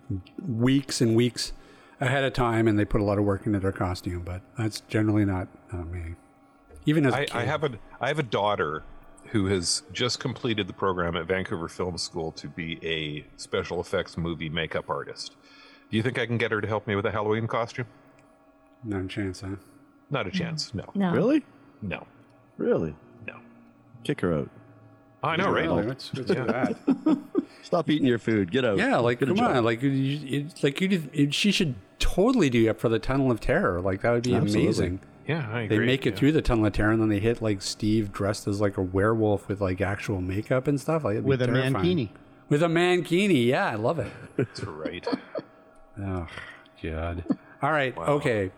[SPEAKER 2] weeks and weeks ahead of time, and they put a lot of work into their costume. But that's generally not, not me. Even as a
[SPEAKER 3] I,
[SPEAKER 2] kid.
[SPEAKER 3] I have a I have a daughter who has just completed the program at Vancouver Film School to be a special effects movie makeup artist. Do you think I can get her to help me with a Halloween costume?
[SPEAKER 2] no chance, huh?
[SPEAKER 3] Not a chance. No.
[SPEAKER 6] No.
[SPEAKER 5] Really?
[SPEAKER 3] No.
[SPEAKER 5] Really?
[SPEAKER 3] No.
[SPEAKER 5] Kick her out.
[SPEAKER 3] I know, right?
[SPEAKER 2] Really, what's- what's with that?
[SPEAKER 5] Stop eating your food. Get out.
[SPEAKER 2] Yeah, like
[SPEAKER 5] Get a
[SPEAKER 2] come
[SPEAKER 5] job.
[SPEAKER 2] on, like you, you, like you, did- you, she should totally do up for the Tunnel of Terror. Like that would be
[SPEAKER 5] Absolutely.
[SPEAKER 2] amazing.
[SPEAKER 3] Yeah, I
[SPEAKER 2] they
[SPEAKER 3] agree.
[SPEAKER 2] make it
[SPEAKER 3] yeah.
[SPEAKER 2] through the tunnel of terror and then they hit like steve dressed as like a werewolf with like actual makeup and stuff like it'd be
[SPEAKER 4] With a
[SPEAKER 2] terrifying.
[SPEAKER 4] mankini.
[SPEAKER 2] with a mankini yeah i love it
[SPEAKER 3] That's right.
[SPEAKER 2] oh god all right okay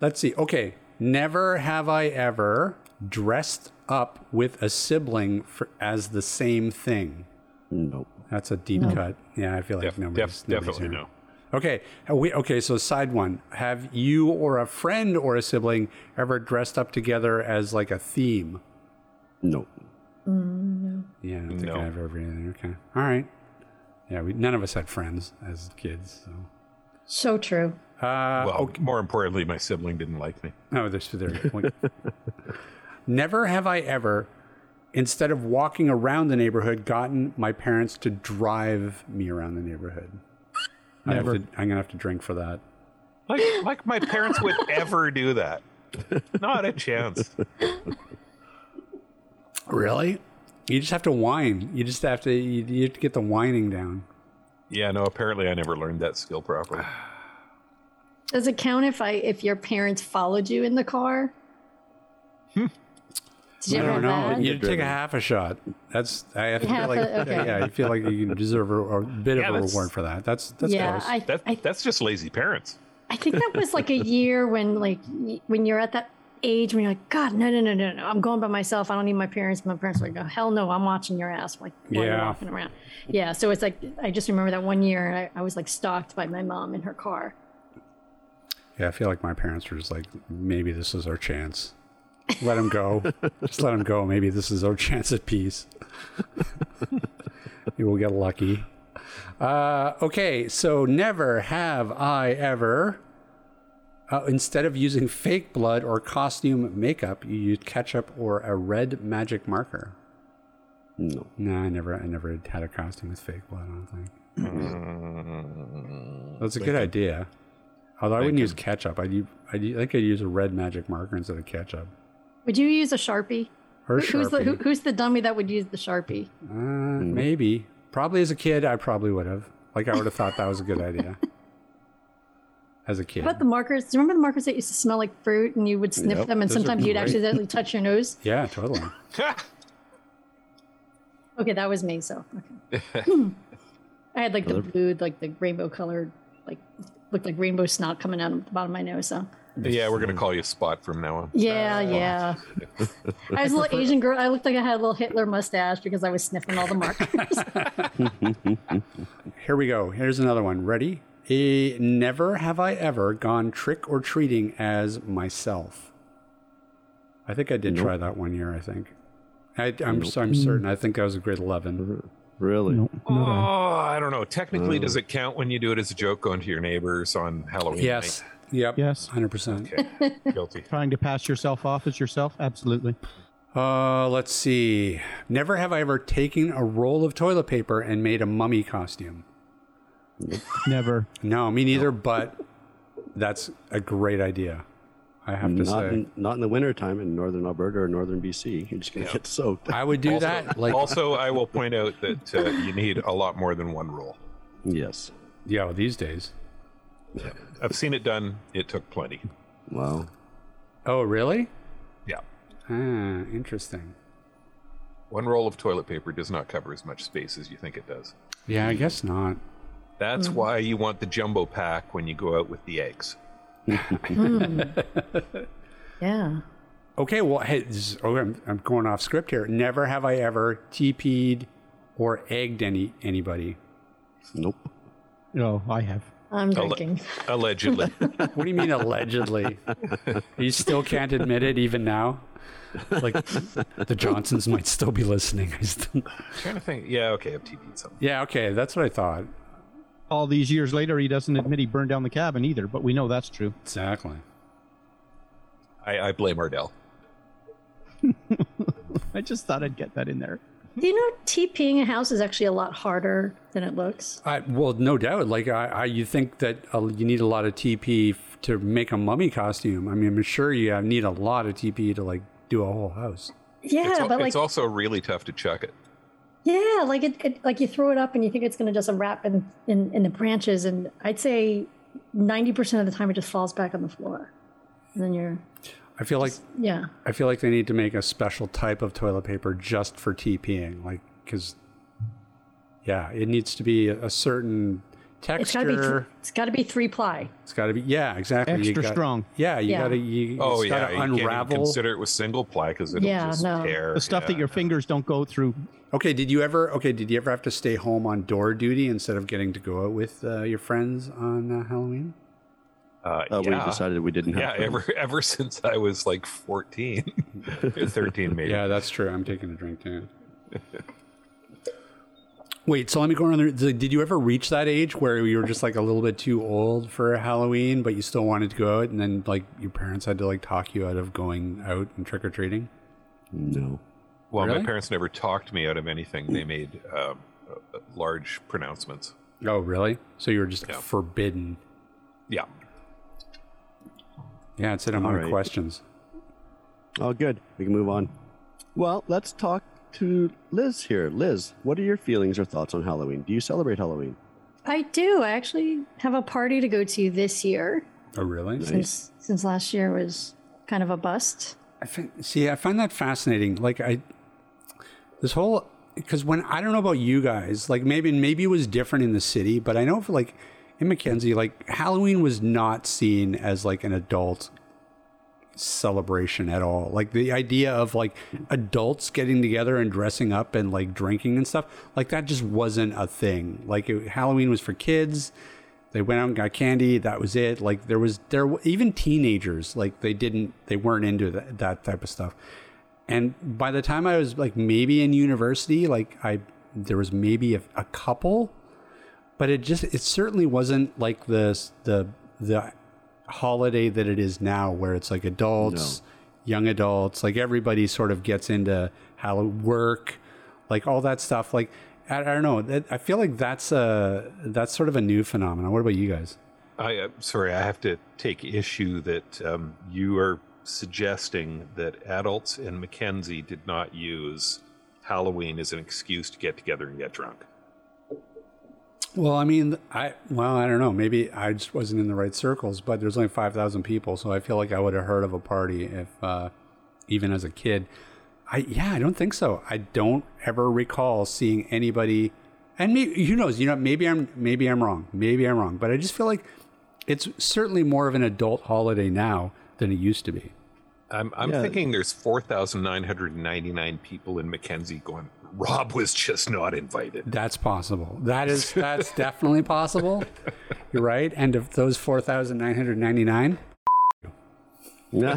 [SPEAKER 2] let's see okay never have i ever dressed up with a sibling for, as the same thing.
[SPEAKER 5] Nope.
[SPEAKER 2] That's a deep cut. Yeah, I feel like
[SPEAKER 3] Def-
[SPEAKER 2] nobody's,
[SPEAKER 3] def-
[SPEAKER 2] nobody's
[SPEAKER 3] definitely
[SPEAKER 2] here.
[SPEAKER 3] no.
[SPEAKER 2] Okay, have we, okay. So side one: Have you or a friend or a sibling ever dressed up together as like a theme?
[SPEAKER 5] Nope.
[SPEAKER 2] Yeah, I don't think
[SPEAKER 3] No.
[SPEAKER 2] I have ever anything. Okay, all right. Yeah, we, none of us had friends as kids. So.
[SPEAKER 6] So true.
[SPEAKER 2] Uh,
[SPEAKER 3] well, oh, more importantly, my sibling didn't like me.
[SPEAKER 2] No, there's there's a point. Never have I ever, instead of walking around the neighborhood, gotten my parents to drive me around the neighborhood. I have
[SPEAKER 4] Never.
[SPEAKER 2] to, I'm gonna have to drink for that.
[SPEAKER 3] Like, like my parents would ever do that. Not a chance.
[SPEAKER 2] Really? You just have to whine. You just have to. You, you have to get the whining down.
[SPEAKER 3] Yeah, no. Apparently, I never learned that skill properly.
[SPEAKER 6] Does it count if I if your parents followed you in the car? Did
[SPEAKER 2] Hmm.
[SPEAKER 6] you
[SPEAKER 2] I
[SPEAKER 6] ever
[SPEAKER 2] don't know.
[SPEAKER 6] have that?
[SPEAKER 2] You take a half a shot. That's. I feel
[SPEAKER 6] Half
[SPEAKER 2] like.
[SPEAKER 6] a- okay.
[SPEAKER 2] Yeah, you feel like you deserve a, a bit
[SPEAKER 3] Yeah,
[SPEAKER 2] of a
[SPEAKER 3] that's-
[SPEAKER 2] reward for that. That's that's
[SPEAKER 6] yeah,
[SPEAKER 2] gross.
[SPEAKER 6] I,
[SPEAKER 3] That,
[SPEAKER 6] I
[SPEAKER 3] that's just lazy parents.
[SPEAKER 6] I think that was like a year when like y- when you're at that age when you're like, God, no, no, no, no, no. I'm going by myself. I don't need my parents. My parents are like, oh, hell no, I'm watching your ass like while you're
[SPEAKER 2] Yeah.
[SPEAKER 6] walking around. Yeah. So it's like I just remember that one year I, I was like stalked by my mom in her car.
[SPEAKER 2] Yeah, I feel like my parents were just like, maybe this is our chance. Let him go. just let him go. Maybe this is our chance at peace. we will get lucky. Uh, okay, so never have I ever. Uh, instead of using fake blood or costume makeup, you used ketchup or a red magic marker.
[SPEAKER 5] No.
[SPEAKER 2] No, I never, I never had a costume with fake blood. I don't think. That's a good idea. Although I wouldn't use ketchup. I'd, u- I'd, u- I think I'd use a red magic marker instead of ketchup.
[SPEAKER 6] Would you use a sharpie?
[SPEAKER 2] Or
[SPEAKER 6] Who- Who's the
[SPEAKER 2] Sharpie.
[SPEAKER 6] who, Who's the dummy that would use the sharpie?
[SPEAKER 2] Uh, Maybe. Probably as a kid, I probably would have. Like I would have thought that was a good idea. As a kid.
[SPEAKER 6] What about the markers? Do you remember the markers that used to smell like fruit and you would sniff
[SPEAKER 5] Yep,
[SPEAKER 6] them and
[SPEAKER 2] those are
[SPEAKER 6] sometimes you'd
[SPEAKER 2] great.
[SPEAKER 6] accidentally touch your nose?
[SPEAKER 2] yeah, totally.
[SPEAKER 6] Okay, that was me. So okay. I had like the blue, like the rainbow colored, like looked like rainbow snot coming out of the bottom of my nose. So
[SPEAKER 3] yeah, we're gonna call you Spot from now on.
[SPEAKER 6] yeah, yeah. I was a little Asian girl. I looked like I had a little Hitler mustache because I was sniffing all the markers.
[SPEAKER 2] Here we go. Here's another one. Ready? Eh, never have I ever gone trick or treating as myself. I think I did try that one year. I think. I, I'm, I'm certain. I think I was a grade eleven.
[SPEAKER 5] Really?
[SPEAKER 3] Oh, I don't know. Technically, does it count when you do it as a joke onto your neighbors on Halloween?
[SPEAKER 2] Yes. Yep.
[SPEAKER 4] Yes.
[SPEAKER 2] Hundred percent.
[SPEAKER 3] night? Guilty.
[SPEAKER 4] Trying to pass yourself off as yourself? Absolutely.
[SPEAKER 2] Uh, let's see. Never have I ever taken a roll of toilet paper and made a mummy costume.
[SPEAKER 4] Never.
[SPEAKER 2] No, me neither. But that's a great idea. I have to
[SPEAKER 5] Not
[SPEAKER 2] say.
[SPEAKER 5] in, not in the wintertime in northern Alberta or northern BC. You're just going to get soaked.
[SPEAKER 2] I would do
[SPEAKER 3] Also-
[SPEAKER 2] that. Like,
[SPEAKER 3] also, I will point out that uh, you need a lot more than one roll.
[SPEAKER 5] yes.
[SPEAKER 2] yo, these days.
[SPEAKER 3] I've seen it done. It took plenty.
[SPEAKER 5] Wow.
[SPEAKER 2] Oh, really?
[SPEAKER 3] Yeah.
[SPEAKER 2] Ah, interesting.
[SPEAKER 3] One roll of toilet paper does not cover as much space as you think it does.
[SPEAKER 2] Yeah, I guess not.
[SPEAKER 3] That's
[SPEAKER 6] Hmm.
[SPEAKER 3] why you want the jumbo pack when you go out with the eggs.
[SPEAKER 6] yeah.
[SPEAKER 2] Okay, well, hey, this is, oh, I'm, I'm going off script here. Never have I ever TP'd or egged any anybody.
[SPEAKER 5] Nope.
[SPEAKER 4] No, Oh, I have.
[SPEAKER 6] I'm
[SPEAKER 3] Alle-
[SPEAKER 6] drinking.
[SPEAKER 3] Allegedly.
[SPEAKER 2] What do you mean allegedly? you still can't admit it even now. Like the Johnsons might still be listening. I still-
[SPEAKER 3] trying to think. Yeah, okay, I've TP'd something.
[SPEAKER 2] yeah, okay, that's what I thought.
[SPEAKER 4] All these years later, he doesn't admit he burned down the cabin either, but we know that's true.
[SPEAKER 2] Exactly.
[SPEAKER 3] I, I blame Ardell.
[SPEAKER 4] I just thought I'd get that in there.
[SPEAKER 6] Do you know TPing a house is actually a lot harder than it looks?
[SPEAKER 2] I, well, no doubt. Like I, I you think that uh, you need a lot of TP f- to make a mummy costume. I mean, I'm sure you uh, need a lot of TP to like do a whole house.
[SPEAKER 6] Yeah,
[SPEAKER 3] it's, al-
[SPEAKER 6] but like
[SPEAKER 3] it's also really tough to chuck it.
[SPEAKER 6] Yeah, like it, it like you throw it up and you think it's gonna just unwrap in, in, in the branches and I'd say ninety percent of the time it just falls back on the floor. And then you're
[SPEAKER 2] I feel like
[SPEAKER 6] yeah.
[SPEAKER 2] I feel like they need to make a special type of toilet paper just for TPing, like because yeah, it needs to be a, a certain
[SPEAKER 6] It's got to be.
[SPEAKER 2] texture.
[SPEAKER 6] th- It's got to be three ply.
[SPEAKER 2] It's got to be yeah, exactly. You
[SPEAKER 4] Extra
[SPEAKER 2] got-
[SPEAKER 4] strong.
[SPEAKER 2] Yeah, you
[SPEAKER 6] Yeah.
[SPEAKER 2] got to you.
[SPEAKER 3] Oh
[SPEAKER 2] it's
[SPEAKER 3] yeah,
[SPEAKER 2] gotta
[SPEAKER 3] you can't even
[SPEAKER 2] unravel.
[SPEAKER 3] consider it with single ply because it'll
[SPEAKER 6] Yeah,
[SPEAKER 3] just
[SPEAKER 6] no.
[SPEAKER 3] tear.
[SPEAKER 4] The stuff that
[SPEAKER 3] yeah.
[SPEAKER 4] your fingers don't go through.
[SPEAKER 2] Okay, did you ever? Okay, did you ever have to stay home on door duty instead of getting to go out with uh, your friends on uh, Halloween?
[SPEAKER 3] Uh,
[SPEAKER 5] Uh,
[SPEAKER 3] yeah.
[SPEAKER 5] We decided we didn't
[SPEAKER 3] yeah,
[SPEAKER 5] have to.
[SPEAKER 3] ever ever since I was like 14, 13 maybe.
[SPEAKER 2] Yeah, that's true. I'm taking a drink too. Wait, so let me go around. The, did you ever reach that age where you were just like a little bit too old for Halloween, but you still wanted to go out, and then like your parents had to like talk you out of going out and trick or treating?
[SPEAKER 5] No.
[SPEAKER 3] Well,
[SPEAKER 2] Really?
[SPEAKER 3] my parents never talked me out of anything. They made um, uh, large pronouncements.
[SPEAKER 2] Oh, really? So you were just
[SPEAKER 3] Yeah.
[SPEAKER 2] forbidden?
[SPEAKER 3] Yeah.
[SPEAKER 2] Yeah, it's in among
[SPEAKER 5] right.
[SPEAKER 2] questions.
[SPEAKER 5] Oh, good. We can move on. Well, let's talk to Liz here. Liz, what are your feelings or thoughts on Halloween? Do you celebrate Halloween?
[SPEAKER 6] I do. I actually have a party to go to this year
[SPEAKER 2] Oh, really?
[SPEAKER 6] since since last year was kind of a bust.
[SPEAKER 2] I fin- see. I find that fascinating. Like I, this whole because when I don't know about you guys, like maybe maybe it was different in the city, but I know for like in Mackenzie, like Halloween was not seen as like an adult celebration at all. Like the idea of like adults getting together and dressing up and like drinking and stuff, like that just wasn't a thing. Like it, Halloween was for kids. They went out and got candy. That was it. Like there was there w- even teenagers like they didn't they weren't into that, that type of stuff. And by the time I was like maybe in university, like I there was maybe a, a couple, but it just it certainly wasn't like the the the holiday that it is now, where it's like adults, young adults, like everybody sort of gets into how to work, like all that stuff. Like I, I don't know. That, I feel like that's a that's sort of a new phenomenon. What about you guys?
[SPEAKER 3] I uh, sorry, I have to take issue that um, you are suggesting that adults in Mackenzie did not use Halloween as an excuse to get together and get drunk.
[SPEAKER 2] Well, I mean, I well, I don't know. Maybe I just wasn't in the right circles, but there's only five thousand people, so I feel like I would have heard of a party if, uh, even as a kid. I yeah, I don't think so. I don't ever recall seeing anybody, and maybe who knows? You know, maybe I'm maybe I'm wrong. Maybe I'm wrong, but I just feel like it's certainly more of an adult holiday now than it used to be.
[SPEAKER 3] I'm, I'm thinking there's 4,999 people in Mackenzie going, Rob was just not invited.
[SPEAKER 2] That's possible. That is that's definitely possible. You're right. And of those four thousand nine hundred ninety nine.
[SPEAKER 5] No.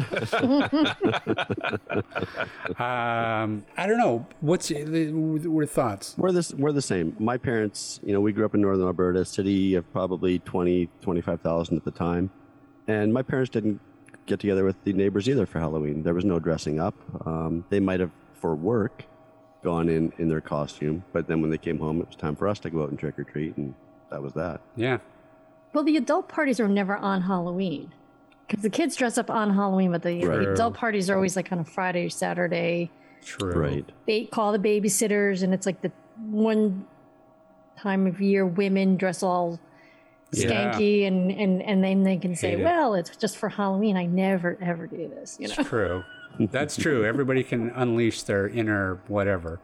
[SPEAKER 2] Um, I don't know. What's the, your thoughts?
[SPEAKER 5] we're this we're the same. My parents, you know, we grew up in northern Alberta, city of probably 20, 25,000 at the time. And my parents didn't get together with the neighbors either for Halloween. There was no dressing up. Um, they might have for work gone in in their costume, but then when they came home, it was time for us to go out and trick or treat and that was that.
[SPEAKER 2] Yeah.
[SPEAKER 6] Well, the adult parties are never on Halloween because the kids dress up on Halloween, but the, the
[SPEAKER 2] Right.
[SPEAKER 6] adult parties are always like on a Friday, Saturday.
[SPEAKER 2] True.
[SPEAKER 5] Right.
[SPEAKER 6] They call the babysitters, and it's like the one time of year women dress all
[SPEAKER 2] Yeah.
[SPEAKER 6] skanky, and and and then they can say,
[SPEAKER 2] Hate it.
[SPEAKER 6] "Well, it's just for Halloween." I never ever do this, you know.
[SPEAKER 2] It's true. That's true. Everybody can unleash their inner whatever,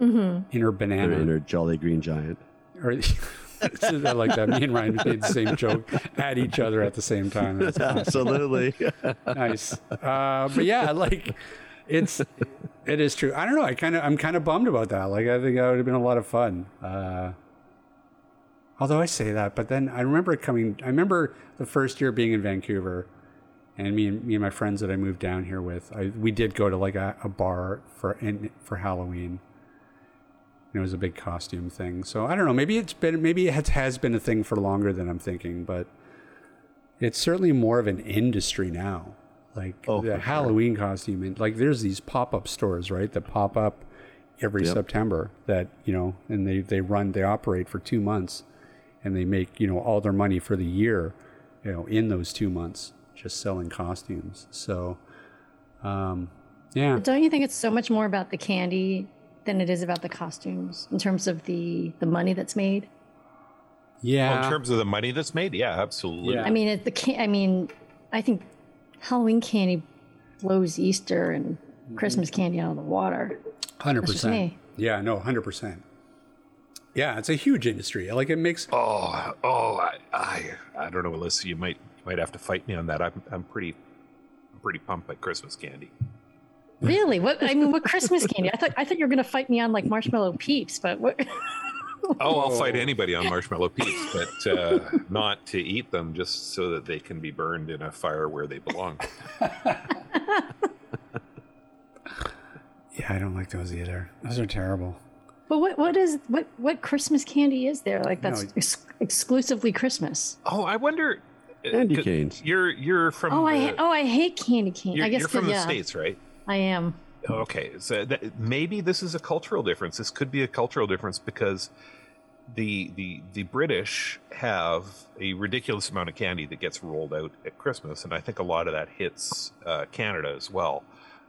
[SPEAKER 2] inner
[SPEAKER 5] They're
[SPEAKER 2] banana.
[SPEAKER 5] in their jolly green giant.
[SPEAKER 2] Or, I like that. Me and Ryan made the same joke at each other at the same time. That's
[SPEAKER 5] Absolutely.
[SPEAKER 2] nice. Uh, but yeah, like it's it is true. I don't know. I kind of I'm kind of bummed about that. Like I think that would have been a lot of fun. Uh, although I say that, but then I remember coming. I remember the first year being in Vancouver, and me and me and my friends that I moved down here with, I, we did go to like a, a bar for in, for Halloween. And It was a big costume thing, so I don't know. Maybe it's been, maybe it has, has been a thing for longer than I'm thinking, but it's certainly more of an industry now. Like
[SPEAKER 5] Oh, for
[SPEAKER 2] the
[SPEAKER 5] sure.
[SPEAKER 2] Halloween costume, and like there's these pop up stores, right? That pop up every September that you know, and they they run, they operate for two months, and they make you know all their money for the year, you know, in those two months just selling costumes. So, um, yeah,
[SPEAKER 6] Don't you think it's so much more about the candy than it is about the costumes in terms of the the money that's made?
[SPEAKER 2] yeah.
[SPEAKER 3] Well, in terms of the money that's made, yeah, absolutely.
[SPEAKER 2] Yeah.
[SPEAKER 6] I mean, it, the can- I mean, I think Halloween candy blows Easter and Christmas candy out of the water.
[SPEAKER 2] Hundred
[SPEAKER 6] That's just
[SPEAKER 2] percent.
[SPEAKER 6] me.
[SPEAKER 2] Yeah, no, hundred percent. Yeah, it's a huge industry. Like it makes
[SPEAKER 3] Oh, oh, I, I, I don't know, Alyssa. You might, you might have to fight me on that. I'm, I'm pretty, I'm pretty pumped by Christmas candy.
[SPEAKER 6] Really? What I mean, what Christmas candy? I thought I thought you were gonna fight me on like marshmallow peeps, but what?
[SPEAKER 3] Oh, I'll fight
[SPEAKER 2] Oh.
[SPEAKER 3] anybody on marshmallow peas, but uh, not to eat them, just so that they can be burned in a fire where they belong.
[SPEAKER 2] Yeah, I don't like those either. Those are terrible.
[SPEAKER 6] But what what is what what Christmas candy is there? Like that's
[SPEAKER 2] No.
[SPEAKER 6] ex- exclusively Christmas.
[SPEAKER 3] Oh, I wonder. uh,
[SPEAKER 5] Candy
[SPEAKER 3] could-
[SPEAKER 5] canes.
[SPEAKER 3] You're, you're from.
[SPEAKER 6] Oh, I ha-
[SPEAKER 3] the-
[SPEAKER 6] oh I hate candy cane.
[SPEAKER 3] You're,
[SPEAKER 6] I guess
[SPEAKER 3] you're from
[SPEAKER 6] 'cause,
[SPEAKER 3] the
[SPEAKER 6] yeah,
[SPEAKER 3] states, right?
[SPEAKER 6] I am.
[SPEAKER 3] Okay, so that, maybe this is a cultural difference. This could be a cultural difference because the the the British have a ridiculous amount of candy that gets rolled out at Christmas, and I think a lot of that hits uh, Canada as well.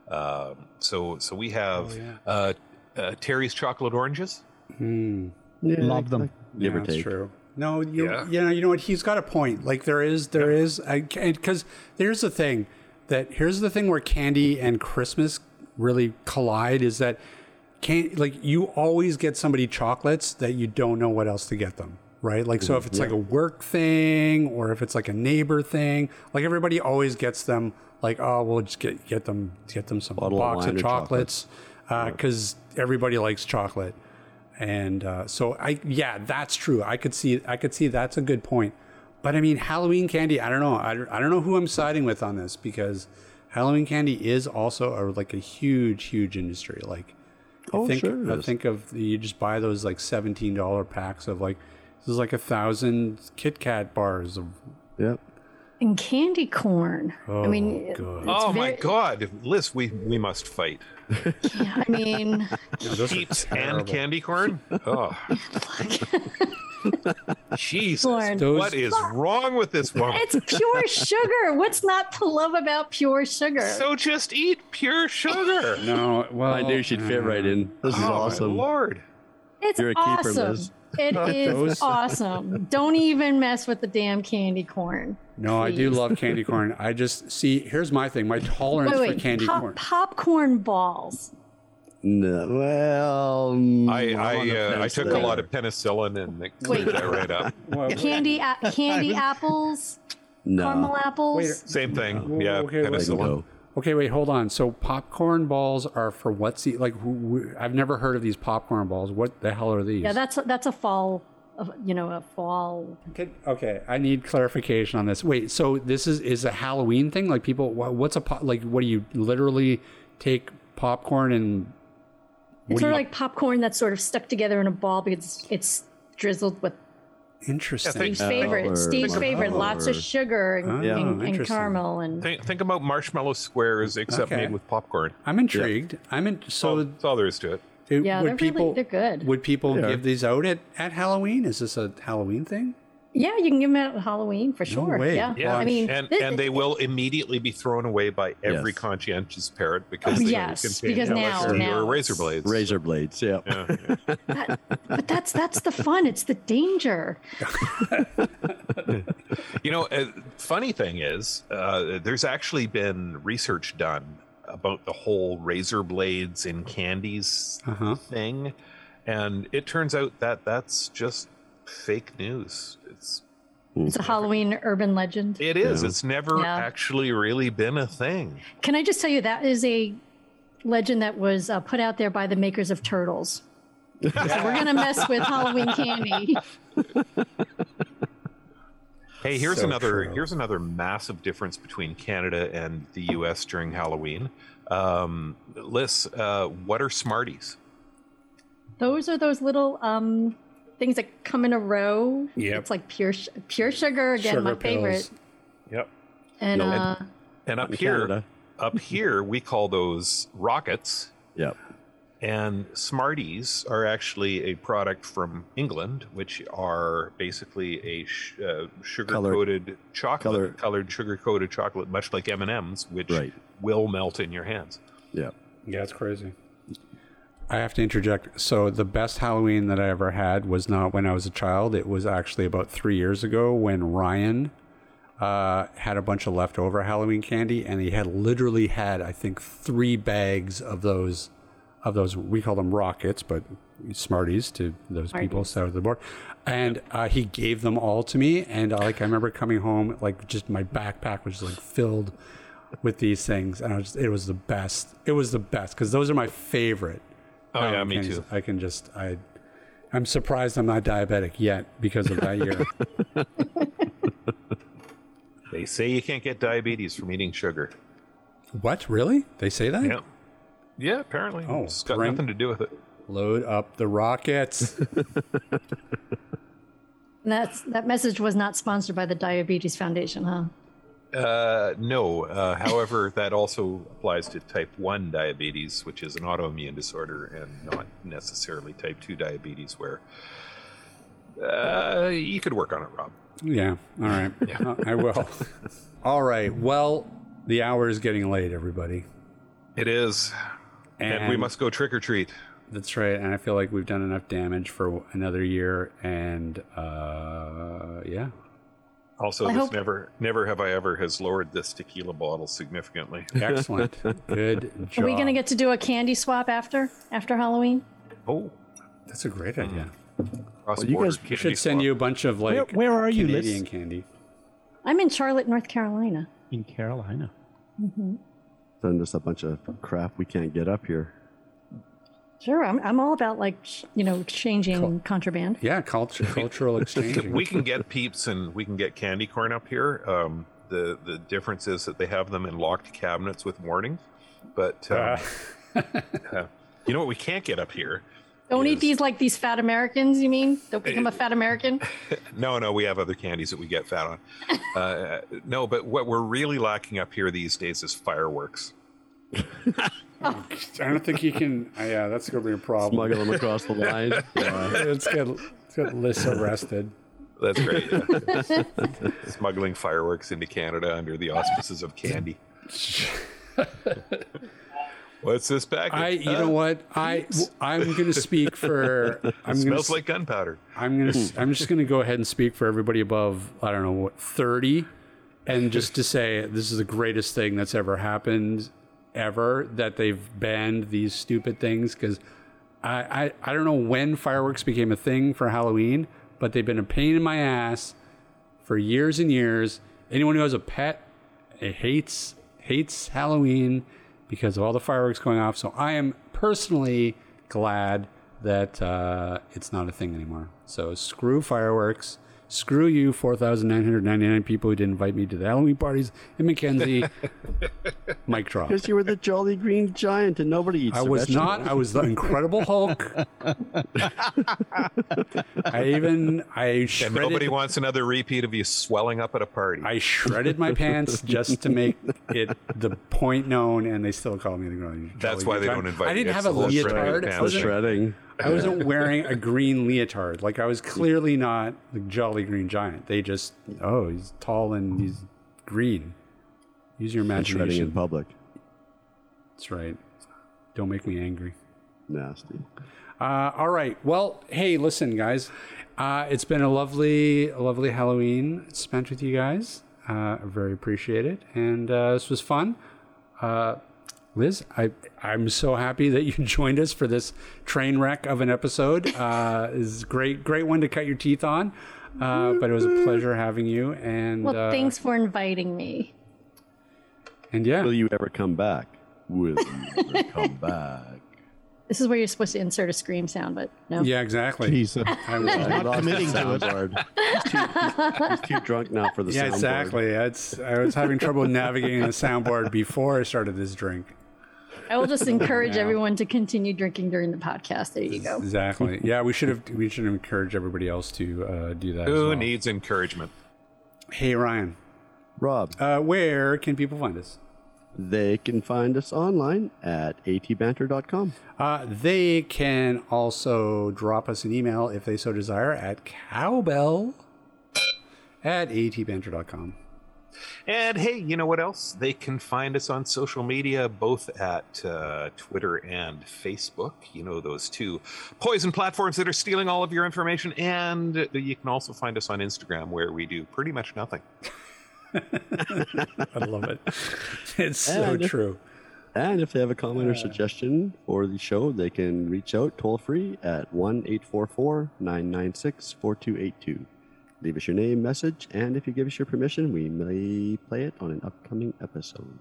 [SPEAKER 3] Um, so so we have
[SPEAKER 2] Oh, yeah.
[SPEAKER 3] uh, uh, Terry's chocolate oranges.
[SPEAKER 2] Hmm.
[SPEAKER 5] Yeah,
[SPEAKER 4] Love them.
[SPEAKER 5] Give
[SPEAKER 2] yeah,
[SPEAKER 5] or
[SPEAKER 2] that's
[SPEAKER 5] take.
[SPEAKER 2] True. No, you
[SPEAKER 3] Yeah.
[SPEAKER 2] you know you know what he's got a point. Like there is there is because here's the thing that here's the thing where candy and Christmas really collide is that can like you always get somebody chocolates that you don't know what else to get them right like
[SPEAKER 5] Mm,
[SPEAKER 2] so if it's like a work thing or if it's like a neighbor thing like everybody always gets them like oh we'll just get get them get them some
[SPEAKER 5] Bottle of
[SPEAKER 2] box
[SPEAKER 5] wine
[SPEAKER 2] of
[SPEAKER 5] or
[SPEAKER 2] chocolates because everybody likes chocolate and uh, so I yeah that's true I could see I could see that's a good point but I mean Halloween candy I don't know I, don't- I don't know who I'm siding with on this because Halloween candy is also a, like a huge huge industry like
[SPEAKER 5] Oh,
[SPEAKER 2] I think
[SPEAKER 5] sure it
[SPEAKER 2] I
[SPEAKER 5] is.
[SPEAKER 2] think of you just buy those like seventeen dollar packs of like this is like a thousand Kit Kat bars of
[SPEAKER 5] Yep.
[SPEAKER 6] And candy corn. I mean,
[SPEAKER 2] God.
[SPEAKER 3] oh my
[SPEAKER 6] very-
[SPEAKER 3] God, Liz, we we must fight.
[SPEAKER 6] yeah, I mean,
[SPEAKER 2] those are
[SPEAKER 3] Peeps and
[SPEAKER 2] terrible.
[SPEAKER 3] candy corn. Oh, Jesus,
[SPEAKER 6] Corn.
[SPEAKER 2] Those-
[SPEAKER 3] what is wrong with this woman?
[SPEAKER 6] it's pure sugar. What's not to love about pure sugar?
[SPEAKER 3] So just eat pure sugar.
[SPEAKER 2] no well
[SPEAKER 5] I knew she'd fit right in. This is
[SPEAKER 3] Oh, my
[SPEAKER 5] awesome.
[SPEAKER 3] Lord.
[SPEAKER 6] it's
[SPEAKER 5] you're a keeper,
[SPEAKER 6] awesome.
[SPEAKER 5] Liz.
[SPEAKER 6] It
[SPEAKER 2] Those-
[SPEAKER 6] is awesome. Don't even mess with the damn candy corn.
[SPEAKER 2] no I do
[SPEAKER 6] Please.
[SPEAKER 2] love candy corn I just see here's my thing my tolerance
[SPEAKER 6] Wait,
[SPEAKER 2] for
[SPEAKER 6] wait,
[SPEAKER 2] candy
[SPEAKER 6] pop-
[SPEAKER 2] corn
[SPEAKER 6] popcorn balls.
[SPEAKER 5] No, well, mm,
[SPEAKER 3] I
[SPEAKER 5] I'm on
[SPEAKER 3] I,
[SPEAKER 5] the
[SPEAKER 3] uh, I
[SPEAKER 5] fence
[SPEAKER 3] took a
[SPEAKER 5] there.
[SPEAKER 3] lot of penicillin and it cleared
[SPEAKER 6] Wait.
[SPEAKER 3] that right up.
[SPEAKER 2] Well,
[SPEAKER 6] Candy a- candy apples,
[SPEAKER 5] no.
[SPEAKER 6] caramel apples.
[SPEAKER 2] Wait,
[SPEAKER 3] Same thing.
[SPEAKER 2] Well,
[SPEAKER 3] Yeah,
[SPEAKER 2] okay, wait.
[SPEAKER 5] Let it
[SPEAKER 3] penicillin.
[SPEAKER 5] go.
[SPEAKER 2] Okay, wait, hold on. So popcorn balls are for what's the like? Who, who, I've never heard of these popcorn balls. What the hell are these?
[SPEAKER 6] Yeah, that's that's a fall, of, you know, a fall.
[SPEAKER 2] okay, okay, I need clarification on this. Wait, so this is is a Halloween thing? Like people, wha- what's a pop? Like, what do you literally take popcorn and?
[SPEAKER 6] It's
[SPEAKER 2] What do
[SPEAKER 6] sort
[SPEAKER 2] you,
[SPEAKER 6] of like popcorn that's sort of stuck together in a ball because it's, it's drizzled with
[SPEAKER 2] interesting.
[SPEAKER 6] Steve's favorite,
[SPEAKER 5] or
[SPEAKER 6] Steve's
[SPEAKER 5] like a
[SPEAKER 6] favorite, lots of
[SPEAKER 5] flower.
[SPEAKER 6] sugar and,
[SPEAKER 2] Yeah.
[SPEAKER 6] and,
[SPEAKER 2] Oh,
[SPEAKER 6] and
[SPEAKER 2] interesting.
[SPEAKER 6] caramel and
[SPEAKER 3] Think, think about marshmallow squares except
[SPEAKER 2] Okay.
[SPEAKER 3] made with popcorn.
[SPEAKER 2] I'm intrigued. I'm in. So,
[SPEAKER 3] So that's all there is to it.
[SPEAKER 2] do-
[SPEAKER 6] Yeah,
[SPEAKER 2] would
[SPEAKER 6] they're really-
[SPEAKER 2] people?
[SPEAKER 6] they're good.
[SPEAKER 2] Would people
[SPEAKER 5] Yeah.
[SPEAKER 2] give these out at at Halloween? Is this a Halloween thing?
[SPEAKER 6] yeah, you can give them out at Halloween for sure.
[SPEAKER 2] way.
[SPEAKER 6] Yeah,
[SPEAKER 3] Yeah,
[SPEAKER 6] I mean,
[SPEAKER 3] and
[SPEAKER 6] thi-
[SPEAKER 3] and they will immediately be thrown away by every
[SPEAKER 5] Yes.
[SPEAKER 3] conscientious parent because
[SPEAKER 6] Oh,
[SPEAKER 3] they
[SPEAKER 6] yes,
[SPEAKER 3] contain
[SPEAKER 6] because now-
[SPEAKER 3] electricity
[SPEAKER 6] now
[SPEAKER 3] or
[SPEAKER 6] it's-
[SPEAKER 3] razor blades.
[SPEAKER 5] Razor blades. Yeah.
[SPEAKER 3] Yeah.
[SPEAKER 6] that- but that's that's the fun. It's the danger.
[SPEAKER 3] You know, uh, funny thing is, uh, there's actually been research done about the whole razor blades in candies
[SPEAKER 2] Uh-huh.
[SPEAKER 3] thing, and it turns out that that's just fake news. It's
[SPEAKER 6] It's a Halloween urban legend.
[SPEAKER 3] it is.
[SPEAKER 5] Yeah.
[SPEAKER 3] It's never
[SPEAKER 6] Yeah.
[SPEAKER 3] actually really been a thing.
[SPEAKER 6] Can I just tell you that is a legend that was uh, put out there by the makers of Turtles. so we're gonna mess with Halloween candy.
[SPEAKER 3] Hey, here's
[SPEAKER 2] So
[SPEAKER 3] another
[SPEAKER 2] true.
[SPEAKER 3] here's another massive difference between Canada and the U.S. during Halloween. Um, Liz, uh, what are Smarties?
[SPEAKER 6] Those are those little um, things that come in a row.
[SPEAKER 2] Yep.
[SPEAKER 6] It's like pure su- pure sugar again,
[SPEAKER 2] Sugar
[SPEAKER 6] my
[SPEAKER 2] pills.
[SPEAKER 6] favorite.
[SPEAKER 3] Yep.
[SPEAKER 6] And
[SPEAKER 5] No.
[SPEAKER 6] uh,
[SPEAKER 3] And up
[SPEAKER 5] In
[SPEAKER 3] here,
[SPEAKER 5] Canada.
[SPEAKER 3] up here, we call those rockets.
[SPEAKER 5] Yeah.
[SPEAKER 3] And Smarties are actually a product from England, which are basically a sh- uh, sugar-coated chocolate,
[SPEAKER 5] Color.
[SPEAKER 3] colored sugar-coated chocolate, much like M and M's, which
[SPEAKER 5] Right.
[SPEAKER 3] will melt in your hands.
[SPEAKER 5] Yeah.
[SPEAKER 2] Yeah, it's crazy. I have to interject. So the best Halloween that I ever had was not when I was a child. It was actually about three years ago when Ryan uh, had a bunch of leftover Halloween candy, and he had literally had I think three bags of those of those. We call them rockets, but smarties to those people south of the board. And uh, he gave them all to me. And uh, like I remember coming home, like just my backpack was like filled with these things, and I was, it was the best. It was the best because those are my favorite.
[SPEAKER 3] Oh, yeah, me
[SPEAKER 2] candies.
[SPEAKER 3] too.
[SPEAKER 2] I can just I. I'm surprised I'm not diabetic yet because of that year.
[SPEAKER 3] They say you can't get diabetes from eating sugar.
[SPEAKER 2] what really? They say that?
[SPEAKER 3] Yeah. Yeah, apparently.
[SPEAKER 2] Oh,
[SPEAKER 3] it's got
[SPEAKER 2] Brent-
[SPEAKER 3] nothing to do with it.
[SPEAKER 2] Load up the rockets.
[SPEAKER 6] And that's that message was not sponsored by the Diabetes Foundation, huh?
[SPEAKER 3] Uh, no. Uh, however, that also applies to type 1 diabetes, which is an autoimmune disorder, and not necessarily type 2 diabetes, where uh, you could work on it, Rob.
[SPEAKER 2] yeah. All right. Uh, I will. All right. Well, the hour is getting late, everybody.
[SPEAKER 3] It is. And, we must go trick or treat.
[SPEAKER 2] That's right. And I feel like we've done enough damage for another year. And uh, yeah.
[SPEAKER 3] Also,
[SPEAKER 6] I
[SPEAKER 3] this
[SPEAKER 6] hope-
[SPEAKER 3] never, never have I ever has lowered this tequila bottle significantly.
[SPEAKER 2] Excellent. Good job.
[SPEAKER 6] Are we gonna get to do a candy swap after after Halloween?
[SPEAKER 3] Oh,
[SPEAKER 2] That's a great idea.
[SPEAKER 3] cross
[SPEAKER 5] you guys
[SPEAKER 2] We should send you a bunch of like
[SPEAKER 4] Where- where are you, Liz?
[SPEAKER 2] Canadian candy.
[SPEAKER 6] I'm in Charlotte, North Carolina.
[SPEAKER 4] in Carolina.
[SPEAKER 5] Send us a bunch of crap we can't get up here.
[SPEAKER 6] Sure, I'm I'm all about like sh- you know exchanging contraband.
[SPEAKER 2] Yeah, culture, cultural exchange.
[SPEAKER 3] we can get peeps and we can get candy corn up here. Um, the the difference is that they have them in locked cabinets with warning. But um,
[SPEAKER 2] Uh,
[SPEAKER 3] uh, you know what we can't get up here?
[SPEAKER 6] Don't
[SPEAKER 3] is-
[SPEAKER 6] eat these like these fat Americans. You mean don't become a fat American?
[SPEAKER 3] No, no, we have other candies that we get fat on. Uh, no, but what we're really lacking up here these days is fireworks.
[SPEAKER 2] I don't think you can. Uh, yeah, that's going to be a problem.
[SPEAKER 5] Smuggle them across the line. Yeah.
[SPEAKER 2] Let's get, let's get Liz arrested.
[SPEAKER 3] That's great. yeah. Smuggling fireworks into Canada under the auspices of candy. What's this package?
[SPEAKER 2] I, you
[SPEAKER 3] Uh,
[SPEAKER 2] know what? I, I'm going to speak for. I'm gonna,
[SPEAKER 3] Smells
[SPEAKER 2] s-
[SPEAKER 3] like gunpowder.
[SPEAKER 2] I'm gonna. s- I'm just gonna go ahead and speak for everybody above. I don't know what 30, and just to say this is the greatest thing that's ever happened, ever that they've banned these stupid things because I, I I don't know when fireworks became a thing for Halloween, but they've been a pain in my ass for years and years. Anyone who has a pet it hates hates Halloween because of all the fireworks going off. So I am personally glad that uh, it's not a thing anymore. So screw fireworks. Screw you, 4,999 people who didn't invite me to the Halloween parties in Mackenzie. Mic drop.
[SPEAKER 5] Because you were the jolly green giant and nobody eats
[SPEAKER 2] I
[SPEAKER 5] the
[SPEAKER 2] was
[SPEAKER 5] vegetables.
[SPEAKER 2] not. I was the Incredible Hulk. I even I
[SPEAKER 3] And
[SPEAKER 2] shredded,
[SPEAKER 3] nobody wants another repeat of you swelling up at a party.
[SPEAKER 2] I shredded my pants just to make it the point known, and they still call me the Green.
[SPEAKER 3] That's why they don't invite
[SPEAKER 2] I didn't
[SPEAKER 3] you.
[SPEAKER 2] have
[SPEAKER 3] It's
[SPEAKER 2] a
[SPEAKER 3] the whole shredded
[SPEAKER 2] leotard. I
[SPEAKER 3] pants
[SPEAKER 5] The
[SPEAKER 3] thing.
[SPEAKER 2] wasn't,
[SPEAKER 5] shredding.
[SPEAKER 2] I wasn't wearing a green leotard. Like I was clearly not the Jolly Green Giant. They just oh, he's tall and he's green. Use your
[SPEAKER 5] Shredding in
[SPEAKER 2] imagination.
[SPEAKER 5] public.
[SPEAKER 2] That's right. Don't make me angry.
[SPEAKER 5] Nasty.
[SPEAKER 2] Uh, all right. Well, hey, listen, guys. Uh, it's been a lovely, a lovely Halloween spent with you guys. Uh, very appreciated, and uh, this was fun. Uh, Liz, I I'm so happy that you joined us for this train wreck of an episode. Uh, is great, great one to cut your teeth on. Uh, but it was a pleasure having you, and
[SPEAKER 6] Well,
[SPEAKER 2] uh,
[SPEAKER 6] thanks for inviting me.
[SPEAKER 2] and yeah,
[SPEAKER 5] Will you ever come back? Will you ever come back?
[SPEAKER 6] This is where you're supposed to insert a scream sound, but no.
[SPEAKER 2] yeah, exactly.
[SPEAKER 4] He's a,
[SPEAKER 2] I will.
[SPEAKER 5] I lost the
[SPEAKER 4] committing to it.
[SPEAKER 5] soundboard. He's too, he's too drunk now for the
[SPEAKER 2] Yeah,
[SPEAKER 5] soundboard.
[SPEAKER 2] exactly. That's, I was having trouble navigating the soundboard before I started this drink.
[SPEAKER 6] I will just encourage everyone to continue drinking during the podcast. There you go.
[SPEAKER 2] Exactly. Yeah, we should have we should encourage everybody else to uh, do that. as
[SPEAKER 3] Who
[SPEAKER 2] well.
[SPEAKER 3] needs encouragement?
[SPEAKER 2] Hey Ryan,
[SPEAKER 5] Rob,
[SPEAKER 2] uh, where can people find us?
[SPEAKER 5] they can find us online at atbanter.com.
[SPEAKER 2] Uh, they can also drop us an email if they so desire at cowbell at atbanter.com.
[SPEAKER 3] And hey, you know what else? They can find us on social media, both at uh, Twitter and Facebook. You know, those two poison platforms that are stealing all of your information. And you can also find us on Instagram, where we do pretty much nothing.
[SPEAKER 2] I love it. It's so
[SPEAKER 5] And-
[SPEAKER 2] true.
[SPEAKER 5] And if they have a comment or suggestion for the show, they can reach out toll free at 1 844 996 4282. Leave us your name, message, and if you give us your permission, we may play it on an upcoming episode.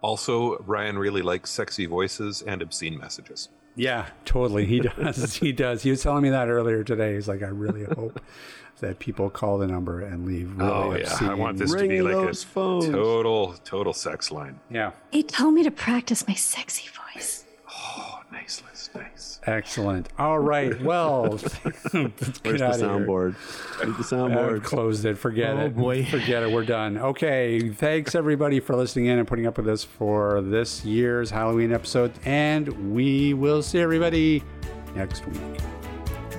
[SPEAKER 7] Also, Ryan really likes sexy voices and obscene messages.
[SPEAKER 2] Yeah, totally. He does. he does. He was telling me that earlier today. He's like, I really hope that people call the number and leave. Really
[SPEAKER 7] oh yeah, I
[SPEAKER 2] obscene-
[SPEAKER 7] want this to be
[SPEAKER 5] Ringing
[SPEAKER 7] like
[SPEAKER 5] those
[SPEAKER 7] a
[SPEAKER 5] phones.
[SPEAKER 7] total total sex line.
[SPEAKER 2] Yeah,
[SPEAKER 6] They told me to practice my sexy voice.
[SPEAKER 7] Oh, nice, Liz, nice.
[SPEAKER 2] excellent. All right. Well,
[SPEAKER 5] Where's the soundboard? Where's the
[SPEAKER 2] I've
[SPEAKER 5] soundboard?
[SPEAKER 2] closed it. Forget
[SPEAKER 4] Oh,
[SPEAKER 2] it.
[SPEAKER 4] boy.
[SPEAKER 2] Forget it. We're done. Okay. Thanks everybody for listening in and putting up with us for this year's Halloween episode. And we will see everybody next week.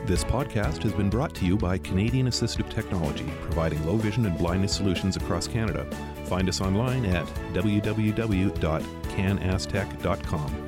[SPEAKER 3] This podcast has been brought to you by Canadian Assistive Technology, providing low vision and blindness solutions across Canada. Find us online at www.canastech.com.